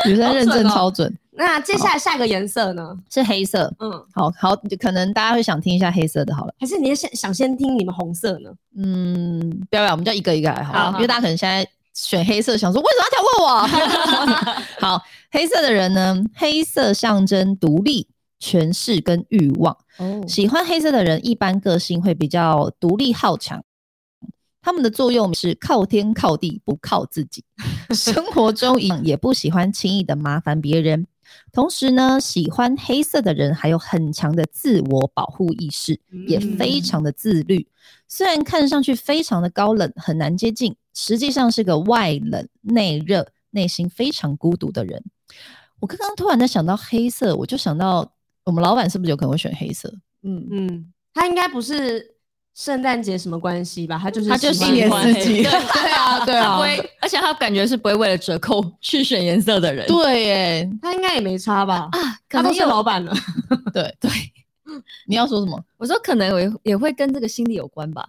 Speaker 1: 雨珊认
Speaker 2: 哦
Speaker 1: 证超准，
Speaker 2: 那接下来下一个颜色呢？
Speaker 1: 是黑色。
Speaker 2: 嗯，
Speaker 1: 好好，可能大家会想听一下黑色的，好了。
Speaker 2: 还是你也想想先听你们红色呢？
Speaker 1: 嗯，不要不要，我们就一个一个来好了，
Speaker 3: 好好
Speaker 1: 因为大家可能现在选黑色，想说为什么要挑问我？ 好，黑色的人呢，黑色象征独立、权势跟欲望。
Speaker 3: 哦
Speaker 1: 喜欢黑色的人，一般个性会比较独立好强。他们的座右铭是靠天靠地，不靠自己。生活中也也不喜欢轻易的麻烦别人。同时呢，喜欢黑色的人还有很强的自我保护意识，
Speaker 2: 嗯
Speaker 1: 也非常的自律。虽然看上去非常的高冷，很难接近，实际上是个外冷内热、内心非常孤独的人。我刚刚突然在想到黑色，我就想到我们老板是不是有可能会选黑色？
Speaker 3: 嗯，
Speaker 2: 嗯，他应该不是圣诞节什么关系吧？他就是
Speaker 1: 他就
Speaker 2: 喜
Speaker 1: 是
Speaker 2: 欢
Speaker 1: 一年
Speaker 2: 黑
Speaker 1: 四季
Speaker 3: 对
Speaker 2: 对啊，对
Speaker 3: 他
Speaker 2: 啊
Speaker 3: 不，会，而且他感觉是不会为了折扣 去选颜色的人。
Speaker 1: 对耶，
Speaker 2: 他应该也没差吧？
Speaker 3: 啊，可
Speaker 2: 他
Speaker 3: 能
Speaker 2: 都是
Speaker 3: 有
Speaker 2: 老板了，
Speaker 1: 对 对。你要说什么？
Speaker 3: 我说可能也也会跟这个心理有关吧，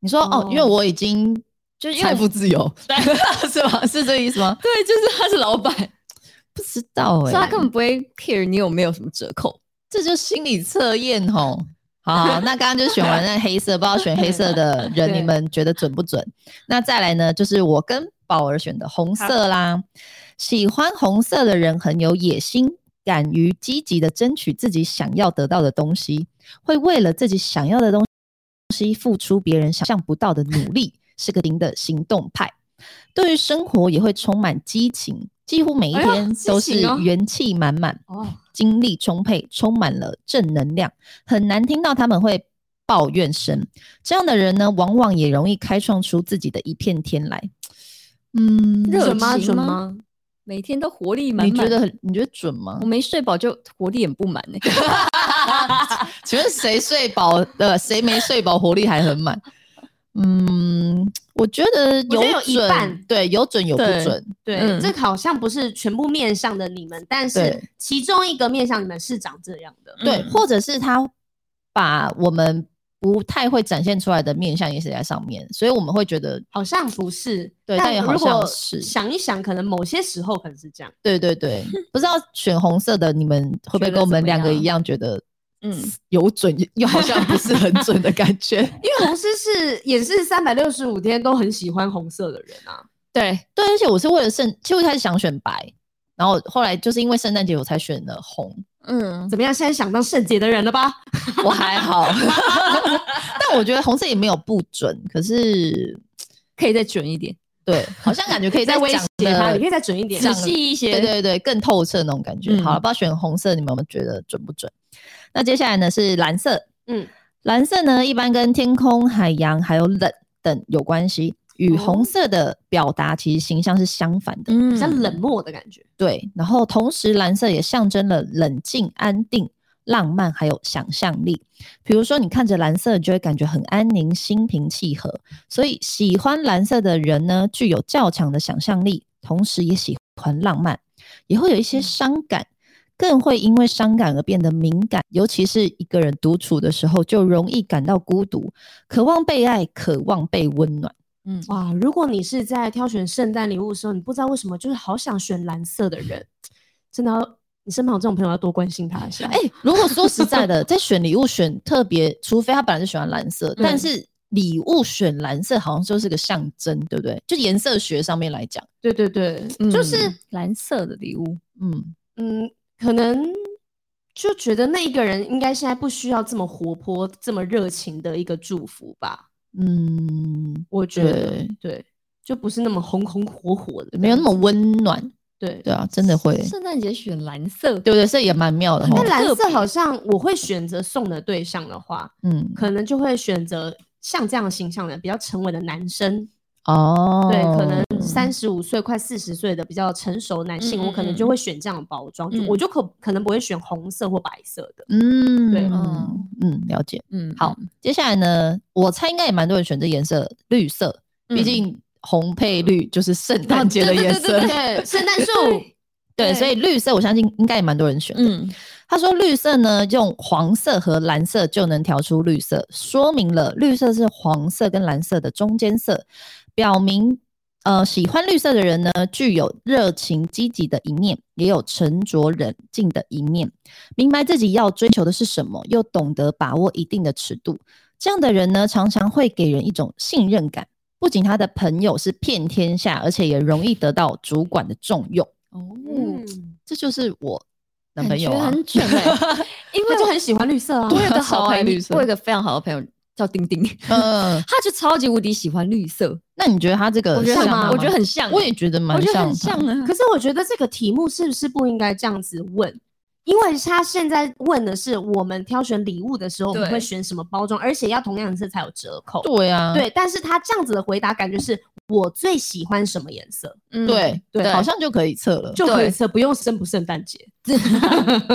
Speaker 1: 你说哦
Speaker 2: 哦，
Speaker 1: 因为我已经
Speaker 3: 就是因为
Speaker 1: 财富自由，
Speaker 3: 对
Speaker 1: 是吗？是这意思吗？
Speaker 3: 对，就是他是老板，
Speaker 1: 不知道
Speaker 3: 所
Speaker 1: 哎、
Speaker 3: 以他根本不会 care 你有没有什么折扣。
Speaker 1: 这就是心理测验吼。好好，那刚刚就选完那黑色，不知道选黑色的人
Speaker 2: 对
Speaker 1: 你们觉得准不准？那再来呢，就是我跟宝儿选的红色啦。喜欢红色的人很有野心，敢于积极的争取自己想要得到的东西，会为了自己想要的东西付出别人想象不到的努力，是个零的行动派。对于生活也会充满激情，几乎每一
Speaker 2: 哎呦
Speaker 1: 天
Speaker 2: 激
Speaker 1: 都是
Speaker 2: 情哦
Speaker 1: 元气满满。
Speaker 2: 哦，
Speaker 1: 精力充沛，充满了正能量，很难听到他们会抱怨声。这样的人呢，往往也容易开创出自己的一片天来。嗯，
Speaker 3: 热
Speaker 2: 准吗？
Speaker 3: 情
Speaker 2: 准
Speaker 3: 吗
Speaker 2: 吗？
Speaker 3: 每天都活力满
Speaker 1: 你
Speaker 3: 满。
Speaker 1: 觉得很你觉得准吗
Speaker 3: 我？没睡饱就活力很不满呢、欸
Speaker 1: 请问谁睡饱？呃，谁没睡饱，活力还很满？嗯，我觉得
Speaker 2: 我觉
Speaker 1: 有
Speaker 2: 得有一
Speaker 1: 准，
Speaker 2: 半
Speaker 1: 对，有准有不
Speaker 3: 对
Speaker 1: 准，
Speaker 2: 对，
Speaker 3: 嗯
Speaker 2: 这个好像不是全部面向的你们，但是
Speaker 1: 对
Speaker 2: 其中一个面向你们是长这样的。
Speaker 1: 对，
Speaker 3: 嗯
Speaker 1: 或者是他把我们不太会展现出来的面相也写在上面，所以我们会觉得
Speaker 2: 好像不是，
Speaker 1: 对但也好
Speaker 2: 如
Speaker 1: 像
Speaker 2: 果
Speaker 1: 是
Speaker 2: 想一想，可能某些时候可能是这样。
Speaker 1: 对 对对，不知道选红色的你们会不
Speaker 3: 觉
Speaker 1: 会
Speaker 3: 得
Speaker 1: 跟我们
Speaker 3: 怎么
Speaker 1: 两个
Speaker 3: 样
Speaker 1: 一样，觉得
Speaker 3: 嗯，
Speaker 1: 有准又好像不是很准的 感觉？
Speaker 2: 因为红丝是也是三百六十五天都很喜欢红色的人啊，
Speaker 3: 对，
Speaker 1: 对，而且我是为了圣，其实我一开始想选白，然后后来就是因为圣诞节我才选了红，
Speaker 3: 嗯，
Speaker 2: 怎么样？现在想当圣洁的人了吧？
Speaker 1: 我还好， 但我觉得红色也没有不准，可是
Speaker 3: 可以再准一点，
Speaker 1: 对，好像感觉可以
Speaker 2: 你在威
Speaker 1: 讲
Speaker 2: 胁他，
Speaker 1: 得
Speaker 2: 你可以再准一点。
Speaker 1: 这
Speaker 3: 仔
Speaker 1: 样
Speaker 3: 细一些。
Speaker 1: 对对对，更透彻那种感觉。
Speaker 3: 嗯
Speaker 1: 好了，不知道选红色你们有没有觉得准不准？那接下来呢是蓝色，
Speaker 2: 嗯，
Speaker 1: 蓝色呢一般跟天空、海洋还有冷等有关系，与
Speaker 2: 哦
Speaker 1: 红色的表达其实形象是相反的。
Speaker 3: 嗯
Speaker 2: 比较冷漠的感觉，
Speaker 1: 对，然后同时蓝色也象征了冷静、安定、浪漫还有想象力。比如说，你看着蓝色，你就会感觉很安宁、心平气和。所以，喜欢蓝色的人呢，具有较强的想象力，同时也喜欢浪漫，也会有一些伤感，更会因为伤感而变得敏感。尤其是一个人独处的时候，就容易感到孤独，渴望被爱，渴望被温暖。
Speaker 3: 嗯，
Speaker 2: 哇！如果你是在挑选圣诞礼物的时候，你不知道为什么就是好想选蓝色的人，真的要你身旁有这种朋友要多关心他一下。
Speaker 1: 哎、如果说实 在的，在选礼物选特别，除非他本来就喜欢蓝色，但
Speaker 3: 嗯
Speaker 1: 是礼物选蓝色好像就是个象征，对不对？就颜色学上面来讲，
Speaker 2: 对对对，就是
Speaker 3: 蓝色的礼物，
Speaker 1: 嗯，
Speaker 2: 嗯，可能就觉得那一个人应该现在不需要这么活泼、这么热情的一个祝福吧。
Speaker 1: 嗯，
Speaker 2: 我觉得
Speaker 1: 对
Speaker 2: 对，啊就不是那么红红火火的，
Speaker 1: 没有那么温暖，
Speaker 2: 对。
Speaker 1: 对啊，真的会，
Speaker 3: 圣诞节选蓝色，
Speaker 1: 对不对？这也蛮妙的哈
Speaker 2: 但，蓝
Speaker 3: 特
Speaker 2: 色
Speaker 3: 别
Speaker 2: 好像我会选择送的对象的话，
Speaker 1: 嗯，
Speaker 2: 可能就会选择像这样的形象的比较沉稳的男生，
Speaker 1: 哦，
Speaker 2: 对，可能
Speaker 1: 嗯
Speaker 2: 三十五岁快四十岁的比较成熟男性，
Speaker 3: 嗯嗯
Speaker 2: 我可能就会选这样的包装，就
Speaker 3: 嗯
Speaker 2: 我就可可能不会选红色或白色的。
Speaker 1: 嗯，
Speaker 2: 对
Speaker 1: 嗯嗯，了解。
Speaker 3: 嗯，
Speaker 1: 好，接下来呢，我猜应该也蛮多人选择颜色绿色，毕
Speaker 3: 嗯
Speaker 1: 竟红配绿就是圣诞节的颜色，
Speaker 2: 对，圣诞树，
Speaker 1: 对，所以绿色我相信应该也蛮多人选的。
Speaker 3: 嗯，
Speaker 1: 他说绿色呢，用黄色和蓝色就能调出绿色，说明了绿色是黄色跟蓝色的中间色，表明呃喜欢绿色的人呢，具有热情积极的一面，也有沉着冷静的一面，明白自己要追求的是什么，又懂得把握一定的尺度。这样的人呢，常常会给人一种信任感。不仅他的朋友是遍天下，而且也容易得到主管的重用。
Speaker 3: 哦，
Speaker 2: 嗯，
Speaker 1: 这就是我男
Speaker 3: 感
Speaker 1: 朋友
Speaker 3: 觉
Speaker 1: 啊，
Speaker 3: 很准欸因
Speaker 2: 他
Speaker 3: 为
Speaker 2: 就
Speaker 3: 我
Speaker 2: 很喜欢绿色啊
Speaker 3: 我。有一个
Speaker 1: 超
Speaker 3: 好
Speaker 1: 爱
Speaker 3: 朋
Speaker 1: 绿
Speaker 3: 友，
Speaker 1: 色
Speaker 3: 我有一个非常好的朋友叫丁丁，
Speaker 1: 嗯，
Speaker 3: 他就超级无敌喜欢绿色，
Speaker 1: 那你觉得他这个
Speaker 3: 我觉得
Speaker 1: 像
Speaker 3: 很，
Speaker 1: 吗
Speaker 3: 我觉得很像欸，
Speaker 1: 我也觉得
Speaker 3: 我
Speaker 1: 蛮
Speaker 3: 觉得
Speaker 1: 像的，
Speaker 3: 很像啊
Speaker 2: 可。是我觉得这个题目是不是不应该这样子问？因为他现在问的是我们挑选礼物的时候，我们
Speaker 3: 对
Speaker 2: 会选什么包装，而且要同样颜色才有折扣。
Speaker 1: 对啊，
Speaker 2: 对，但是他这样子的回答感觉是我最喜欢什么颜色
Speaker 3: 嗯
Speaker 1: 对
Speaker 2: 对
Speaker 1: 好像就可以测了。
Speaker 2: 就可以
Speaker 3: 对
Speaker 2: 测，不用圣不圣诞节。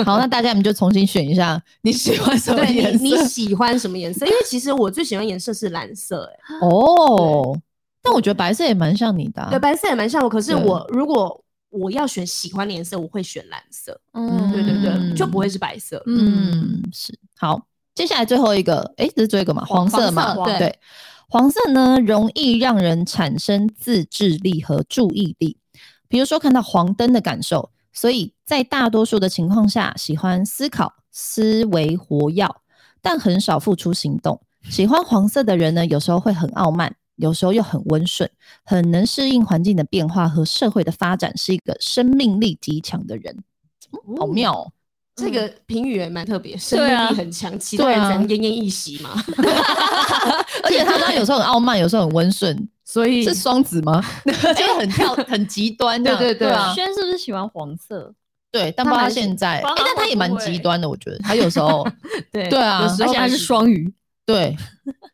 Speaker 1: 好，那大家你们就重新选一下你喜欢什么
Speaker 2: 对
Speaker 1: 颜色
Speaker 2: 你你喜欢什么 颜色？因为其实我最喜欢颜色是蓝色、欸，
Speaker 1: 哦。但我觉得白色也蛮像你的啊，
Speaker 2: 对，白色也蛮像我。可是
Speaker 1: 对
Speaker 2: 我如果我要选喜欢的颜色，我会选蓝色，
Speaker 3: 嗯，
Speaker 2: 对对对，
Speaker 1: 嗯
Speaker 2: 就不会是白色。
Speaker 3: 嗯，
Speaker 1: 嗯，是好。接下来最后一个，诶，这是最后一个嘛？
Speaker 2: 黄
Speaker 1: 色嘛，
Speaker 2: 黄色
Speaker 1: 对
Speaker 2: 对
Speaker 1: 黄色呢，容易让人产生自制力和注意力，比如说看到黄灯的感受。所以在大多数的情况下，喜欢思考、思维活跃，但很少付出行动。喜欢黄色的人呢，有时候会很傲慢，有时候又很温顺，很能适应环境的变化和社会的发展，是一个生命力极强的人。嗯好妙、哦！
Speaker 2: 这个评语也蛮特别，生
Speaker 3: 对
Speaker 2: 命
Speaker 3: 啊
Speaker 2: 力很强，其他
Speaker 1: 对
Speaker 2: 人
Speaker 1: 啊
Speaker 2: 怎样奄奄一息嘛。
Speaker 1: 而且他有时候很傲慢，有时候很温顺，
Speaker 2: 所以
Speaker 1: 是双子吗？就是很跳很极端这样，
Speaker 2: 对对对
Speaker 1: 啊，
Speaker 3: 轩是不是喜欢黄色？
Speaker 1: 对。但
Speaker 2: 他
Speaker 1: 不知道
Speaker 2: 蛮
Speaker 1: 现在，
Speaker 3: 哇
Speaker 1: 哎，但他也蛮极端的，我觉得他有时候
Speaker 2: 对
Speaker 1: 对啊
Speaker 2: 有时
Speaker 1: 而
Speaker 2: 候
Speaker 1: 且
Speaker 2: 蛮极端，
Speaker 3: 鱼，
Speaker 1: 对，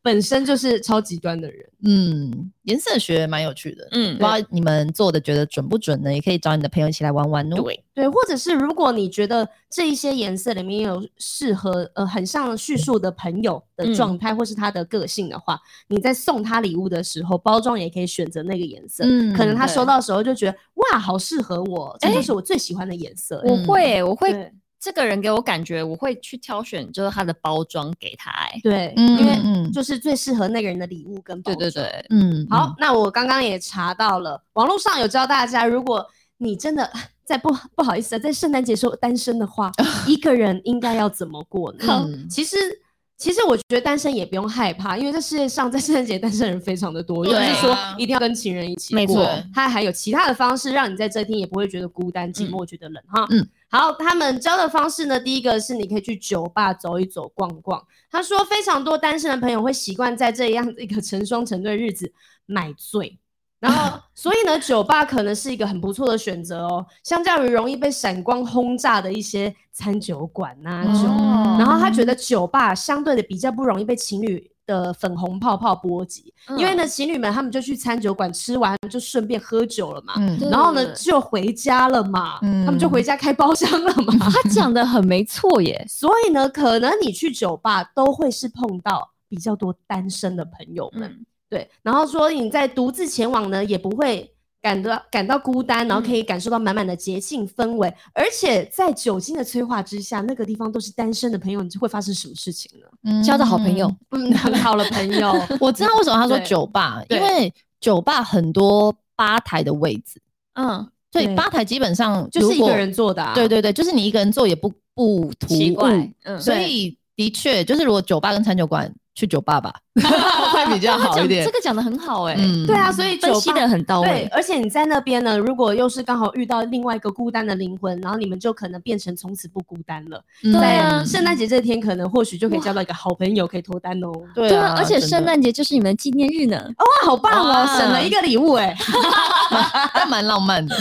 Speaker 2: 本身就是超极端的人。
Speaker 1: 嗯，颜色学蛮有趣的，
Speaker 3: 嗯
Speaker 1: 不知，道你们做的觉得准不准呢？也可以找你的朋友一起来玩玩哦。
Speaker 3: 对，
Speaker 2: 对，或者是如果你觉得这一些颜色里面有适合呃很像叙述的朋友的状态，或是他的个性的话，你在送他礼物的时候，包装也可以选择那个颜色。
Speaker 1: 嗯
Speaker 2: 可能他
Speaker 3: 对
Speaker 2: 收到的时候就觉得哇，好适合我，这
Speaker 3: 哎
Speaker 2: 就是我最喜欢的颜色、
Speaker 3: 我
Speaker 1: 嗯
Speaker 3: 会欸，我会
Speaker 2: 对
Speaker 3: 这个人给我感觉，我会去挑选，就是他的包装给他，哎，
Speaker 2: 对，
Speaker 1: 嗯
Speaker 2: 因为
Speaker 1: 嗯
Speaker 2: 就是最适合那个人的礼物跟包
Speaker 3: 对
Speaker 2: 装。
Speaker 3: 对对，
Speaker 1: 嗯，
Speaker 2: 好，
Speaker 1: 嗯，
Speaker 2: 那我刚刚也查到了，网络上有教大家，如果你真的 在不不好意思啊，在圣诞节时候单身的话，一个人应该要怎么过呢？
Speaker 1: 嗯
Speaker 2: 其实。其实我觉得单身也不用害怕，因为这世界上在 圣诞节单身人非常的多，又不
Speaker 3: 对
Speaker 2: 是
Speaker 3: 啊
Speaker 2: 说一定要跟情人一起
Speaker 3: 没
Speaker 2: 过
Speaker 3: 错，
Speaker 2: 它还有其他的方式让你在这天也不会觉得孤单、寂寞、觉得冷哈。
Speaker 1: 嗯，
Speaker 2: 好，他们教的方式呢，第一个是你可以去酒吧走一走、逛逛。他说，非常多单身的朋友会习惯在这样一个成双成对的日子买醉，然后所以呢，酒吧可能是一个很不错的选择哦，相较于容易被闪光轰炸的一些餐酒馆呐、
Speaker 1: 嗯
Speaker 2: 酒
Speaker 3: 哦
Speaker 2: 然后他觉得酒吧相对的比较不容易被情侣的粉红泡泡波及，
Speaker 3: 嗯
Speaker 2: 因为呢，情侣们他们就去餐酒馆吃完就顺便喝酒了嘛，
Speaker 1: 嗯
Speaker 2: 然后呢
Speaker 3: 对
Speaker 2: 就回家了嘛，
Speaker 1: 嗯
Speaker 2: 他们就回家开包厢了嘛，
Speaker 3: 他讲的很没错耶，
Speaker 2: 所以呢，可能你去酒吧都会是碰到比较多单身的朋友们，
Speaker 3: 嗯，
Speaker 2: 对，然后说你在独自前往呢，也不会。感到感到孤单，然后可以感受到满满的节庆氛围，而且在酒精的催化之下，那个地方都是单身的朋友，你就会发生什么事情呢？
Speaker 1: 嗯
Speaker 3: 交到好朋友。
Speaker 2: 嗯，很好的朋友，
Speaker 1: 我知道为什么他说
Speaker 2: 对
Speaker 1: 酒吧，因
Speaker 2: 对
Speaker 1: 为酒吧很多吧台的位置，
Speaker 3: 嗯，
Speaker 1: 所以
Speaker 2: 对
Speaker 1: 吧台基本上
Speaker 2: 就是
Speaker 1: 如
Speaker 2: 一个
Speaker 1: 果
Speaker 2: 人做的、啊，
Speaker 1: 对对对，就是你一个人做也不不突
Speaker 3: 奇怪
Speaker 1: 兀，，
Speaker 3: 嗯，
Speaker 1: 所
Speaker 2: 对
Speaker 1: 以的确就是如果酒吧跟餐酒馆去酒吧吧， 会比较
Speaker 3: 他
Speaker 1: 好
Speaker 3: 讲
Speaker 1: 一点
Speaker 3: 这。个讲的很好哎，
Speaker 1: 嗯，
Speaker 2: 对啊，，所以
Speaker 3: 分
Speaker 2: 酒
Speaker 3: 析
Speaker 2: 吧
Speaker 3: 的很到
Speaker 2: 对，
Speaker 3: 位，
Speaker 2: 而且你在那边呢，如果又是刚好遇到另外一个孤单的灵魂，然后你们就可能变成从此不孤单了。
Speaker 1: 对
Speaker 3: 对
Speaker 2: 在
Speaker 3: 啊
Speaker 2: 圣诞节这天，可能或许就可以交到一个好朋友，可以脱单哦。哇，
Speaker 1: 对啊，
Speaker 3: 而且
Speaker 1: 真的
Speaker 3: 圣诞节就是你们的纪念日呢，
Speaker 2: 好棒哦，
Speaker 1: 哇
Speaker 2: 省了一个礼物哎、
Speaker 1: 但蛮浪漫的，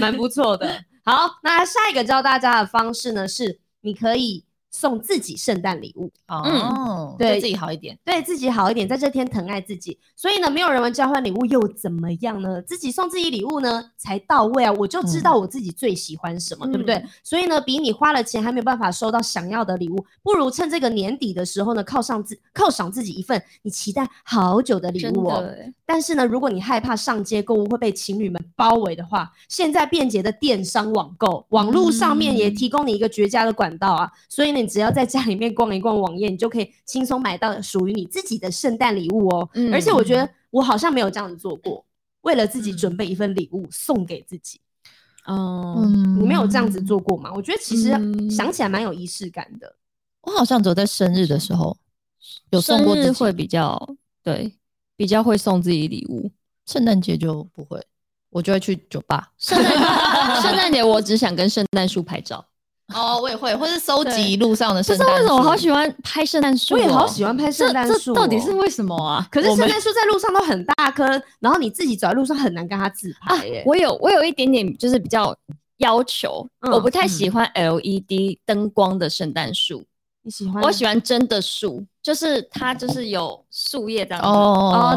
Speaker 2: 蛮不错的。好，那下一个教大家的方式呢，是你可以送自己圣诞礼物。
Speaker 1: 哦，
Speaker 2: 对
Speaker 1: 对自己好一点。
Speaker 2: 对自己好一点，在这天疼爱自己。所以呢，没有人文交换礼物又怎么样呢？自己送自己礼物呢才到位啊！我就知道我自己最喜欢什么，对不对
Speaker 3: 嗯？
Speaker 2: 所以呢，比你花了钱还没有办法收到想要的礼物，不如趁这个年底的时候呢，犒赏自犒赏自己一份你期待好久的礼
Speaker 3: 真
Speaker 2: 物
Speaker 3: 的
Speaker 2: 哦。
Speaker 3: 耶，
Speaker 2: 但是呢，如果你害怕上街购物会被情侣们包围的话，现在便捷的电商网购，网络上面
Speaker 3: 嗯
Speaker 2: 也提供你一个绝佳的管道啊。所以呢，你只要在家里面逛一逛网页，你就可以轻松买到属于你自己的圣诞礼物哦。
Speaker 3: 嗯
Speaker 2: 而且我觉得我好像没有这样子做过，为了自己
Speaker 1: 嗯
Speaker 2: 准备一份礼物送给自己，
Speaker 3: 嗯，
Speaker 1: 嗯
Speaker 2: 你没有这样子，做过吗？我觉得其实
Speaker 3: 嗯
Speaker 2: 想起来蛮有仪式感的。
Speaker 1: 我好像只有在生日的时候有送过自
Speaker 3: 生日
Speaker 1: 己，
Speaker 3: 会比较对，比较会送自己礼物。
Speaker 1: 圣诞节就不会，我就会去酒吧。
Speaker 3: 圣诞 圣诞节我只想跟圣诞树拍照，
Speaker 1: 哦，我也会，或是收
Speaker 3: 对
Speaker 1: 集路上的
Speaker 3: 不
Speaker 1: 圣
Speaker 3: 知道
Speaker 1: 诞
Speaker 3: 为什么我好喜
Speaker 1: 欢。
Speaker 3: 欢拍圣诞树、
Speaker 2: 我也好喜欢拍
Speaker 3: 哦这
Speaker 2: 圣诞树、
Speaker 3: 这
Speaker 2: 哦
Speaker 3: 到底是？为什么啊？
Speaker 2: 可是
Speaker 1: 我
Speaker 2: 圣
Speaker 1: 们
Speaker 2: 诞树在路上都很大棵， 然后你自己走在路上很难跟它自
Speaker 3: 啊
Speaker 2: 拍耶、，
Speaker 3: 我有我有一点点就是比较要求，
Speaker 2: 嗯
Speaker 3: 我不太喜欢 LED 灯光的圣诞树，
Speaker 2: 你喜欢？
Speaker 3: 我喜欢真的树，就是它就是有树叶这样子。
Speaker 1: 哦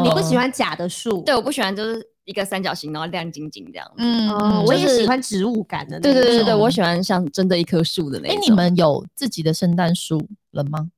Speaker 2: 哦，你不喜？欢假的树？
Speaker 3: 对，我不喜欢就是一个三角形，然后亮晶晶这样子。
Speaker 1: 嗯，
Speaker 2: 哦，
Speaker 1: 嗯
Speaker 2: 我
Speaker 1: 就
Speaker 2: 也
Speaker 1: 是
Speaker 2: 喜欢植物感的那
Speaker 3: 对
Speaker 2: 种。
Speaker 3: 对对对对，
Speaker 1: 嗯
Speaker 3: 我喜欢像真的一棵树的那
Speaker 1: 哎，
Speaker 3: 种。
Speaker 1: 你们有自己的圣诞树了吗？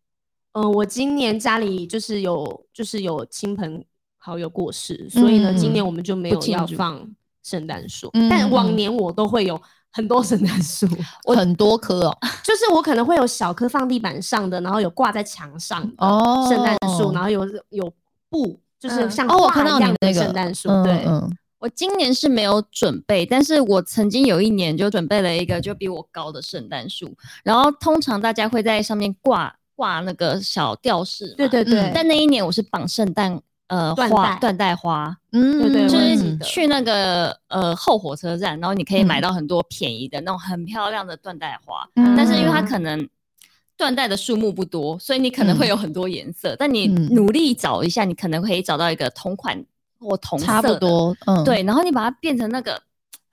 Speaker 2: 嗯，我今年家里就是有就是有亲朋好友过世，所以呢，
Speaker 1: 嗯
Speaker 2: 今年我们就没有
Speaker 3: 不庆
Speaker 2: 要
Speaker 3: 祝
Speaker 2: 放圣诞树
Speaker 1: 嗯，
Speaker 2: 但往
Speaker 1: 嗯
Speaker 2: 年我都会有。很多圣诞树，
Speaker 1: 很多棵哦。
Speaker 2: 就是我可能会有小棵放地板上的，然后有挂在墙上的
Speaker 1: 哦
Speaker 2: 圣诞树，然后有有布，就是
Speaker 3: 嗯
Speaker 2: 像
Speaker 1: 哦我
Speaker 2: 画
Speaker 1: 看
Speaker 2: 一
Speaker 1: 到你
Speaker 2: 样的
Speaker 1: 那个
Speaker 2: 圣诞树，
Speaker 1: 嗯
Speaker 2: 对，
Speaker 1: 嗯，
Speaker 3: 我今年是没有准备，但是我曾经有一年就准备了一个就比我高的圣诞树，然后通常大家会在上面挂挂那个小吊饰嘛，
Speaker 2: 对对对，
Speaker 1: 嗯
Speaker 3: 但那一年我是绑圣诞呃
Speaker 2: 缎
Speaker 3: 花
Speaker 2: 带
Speaker 3: 缎带花，
Speaker 1: 嗯
Speaker 2: 对对
Speaker 3: 就
Speaker 2: 我也记
Speaker 3: 是
Speaker 2: 得
Speaker 3: 去那个呃后火车站，然后你可以买
Speaker 1: 嗯
Speaker 3: 到很多便宜的那种很漂亮的缎带花，
Speaker 1: 嗯
Speaker 3: 但是因为它可能缎带的数目不多，所以你
Speaker 2: 嗯
Speaker 3: 可能会有很多颜色，但你
Speaker 1: 嗯
Speaker 3: 努力找一下，你可能可以找到一个同款或同色
Speaker 1: 差不
Speaker 3: 的
Speaker 1: 多，嗯，
Speaker 3: 对，然后你把它变成那个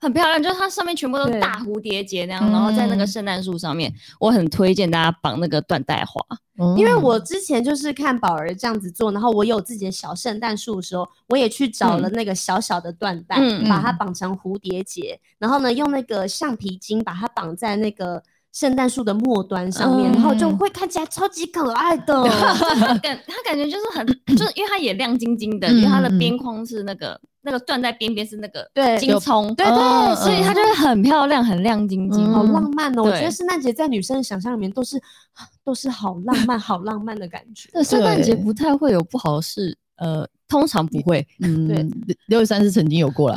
Speaker 3: 很漂亮，就是它上面全部都
Speaker 2: 对
Speaker 3: 是大蝴蝶结那样，然后在那个
Speaker 1: 嗯
Speaker 3: 圣诞树上面，我很推荐大家绑那个缎带花。
Speaker 1: 嗯，
Speaker 2: 因为我之前就是看宝儿这样子做，然后我有自己的小圣诞树的时候，我也去找
Speaker 1: 嗯
Speaker 2: 了那个小小的缎带，
Speaker 3: 嗯
Speaker 2: 把它绑成蝴蝶结，然后呢用那个橡皮筋把它绑在那个圣诞树的末端上面，
Speaker 3: 嗯
Speaker 2: 然后就会看起来超级可爱的。
Speaker 3: 感它感觉 就是很，就是因为它也亮晶晶的，因为它的
Speaker 1: 嗯嗯嗯
Speaker 3: 边框是那个那个缎带边边是那个
Speaker 2: 对
Speaker 3: 金葱，哦
Speaker 2: 对
Speaker 1: 嗯
Speaker 2: 对，
Speaker 3: 所
Speaker 2: 所
Speaker 3: 以
Speaker 2: 以
Speaker 3: 它
Speaker 2: 它
Speaker 3: 就会很漂亮，很亮晶晶。
Speaker 1: 嗯
Speaker 2: 好浪漫哦！我觉
Speaker 3: 对
Speaker 2: 得圣诞节在女生的想象里面都是都是好浪漫、好浪漫的感觉。
Speaker 3: 对，圣诞节
Speaker 1: 对
Speaker 3: 不太会有不好的事，呃，通常不会。
Speaker 1: 嗯，
Speaker 2: 对
Speaker 1: 刘刘雨珊是曾经有过了，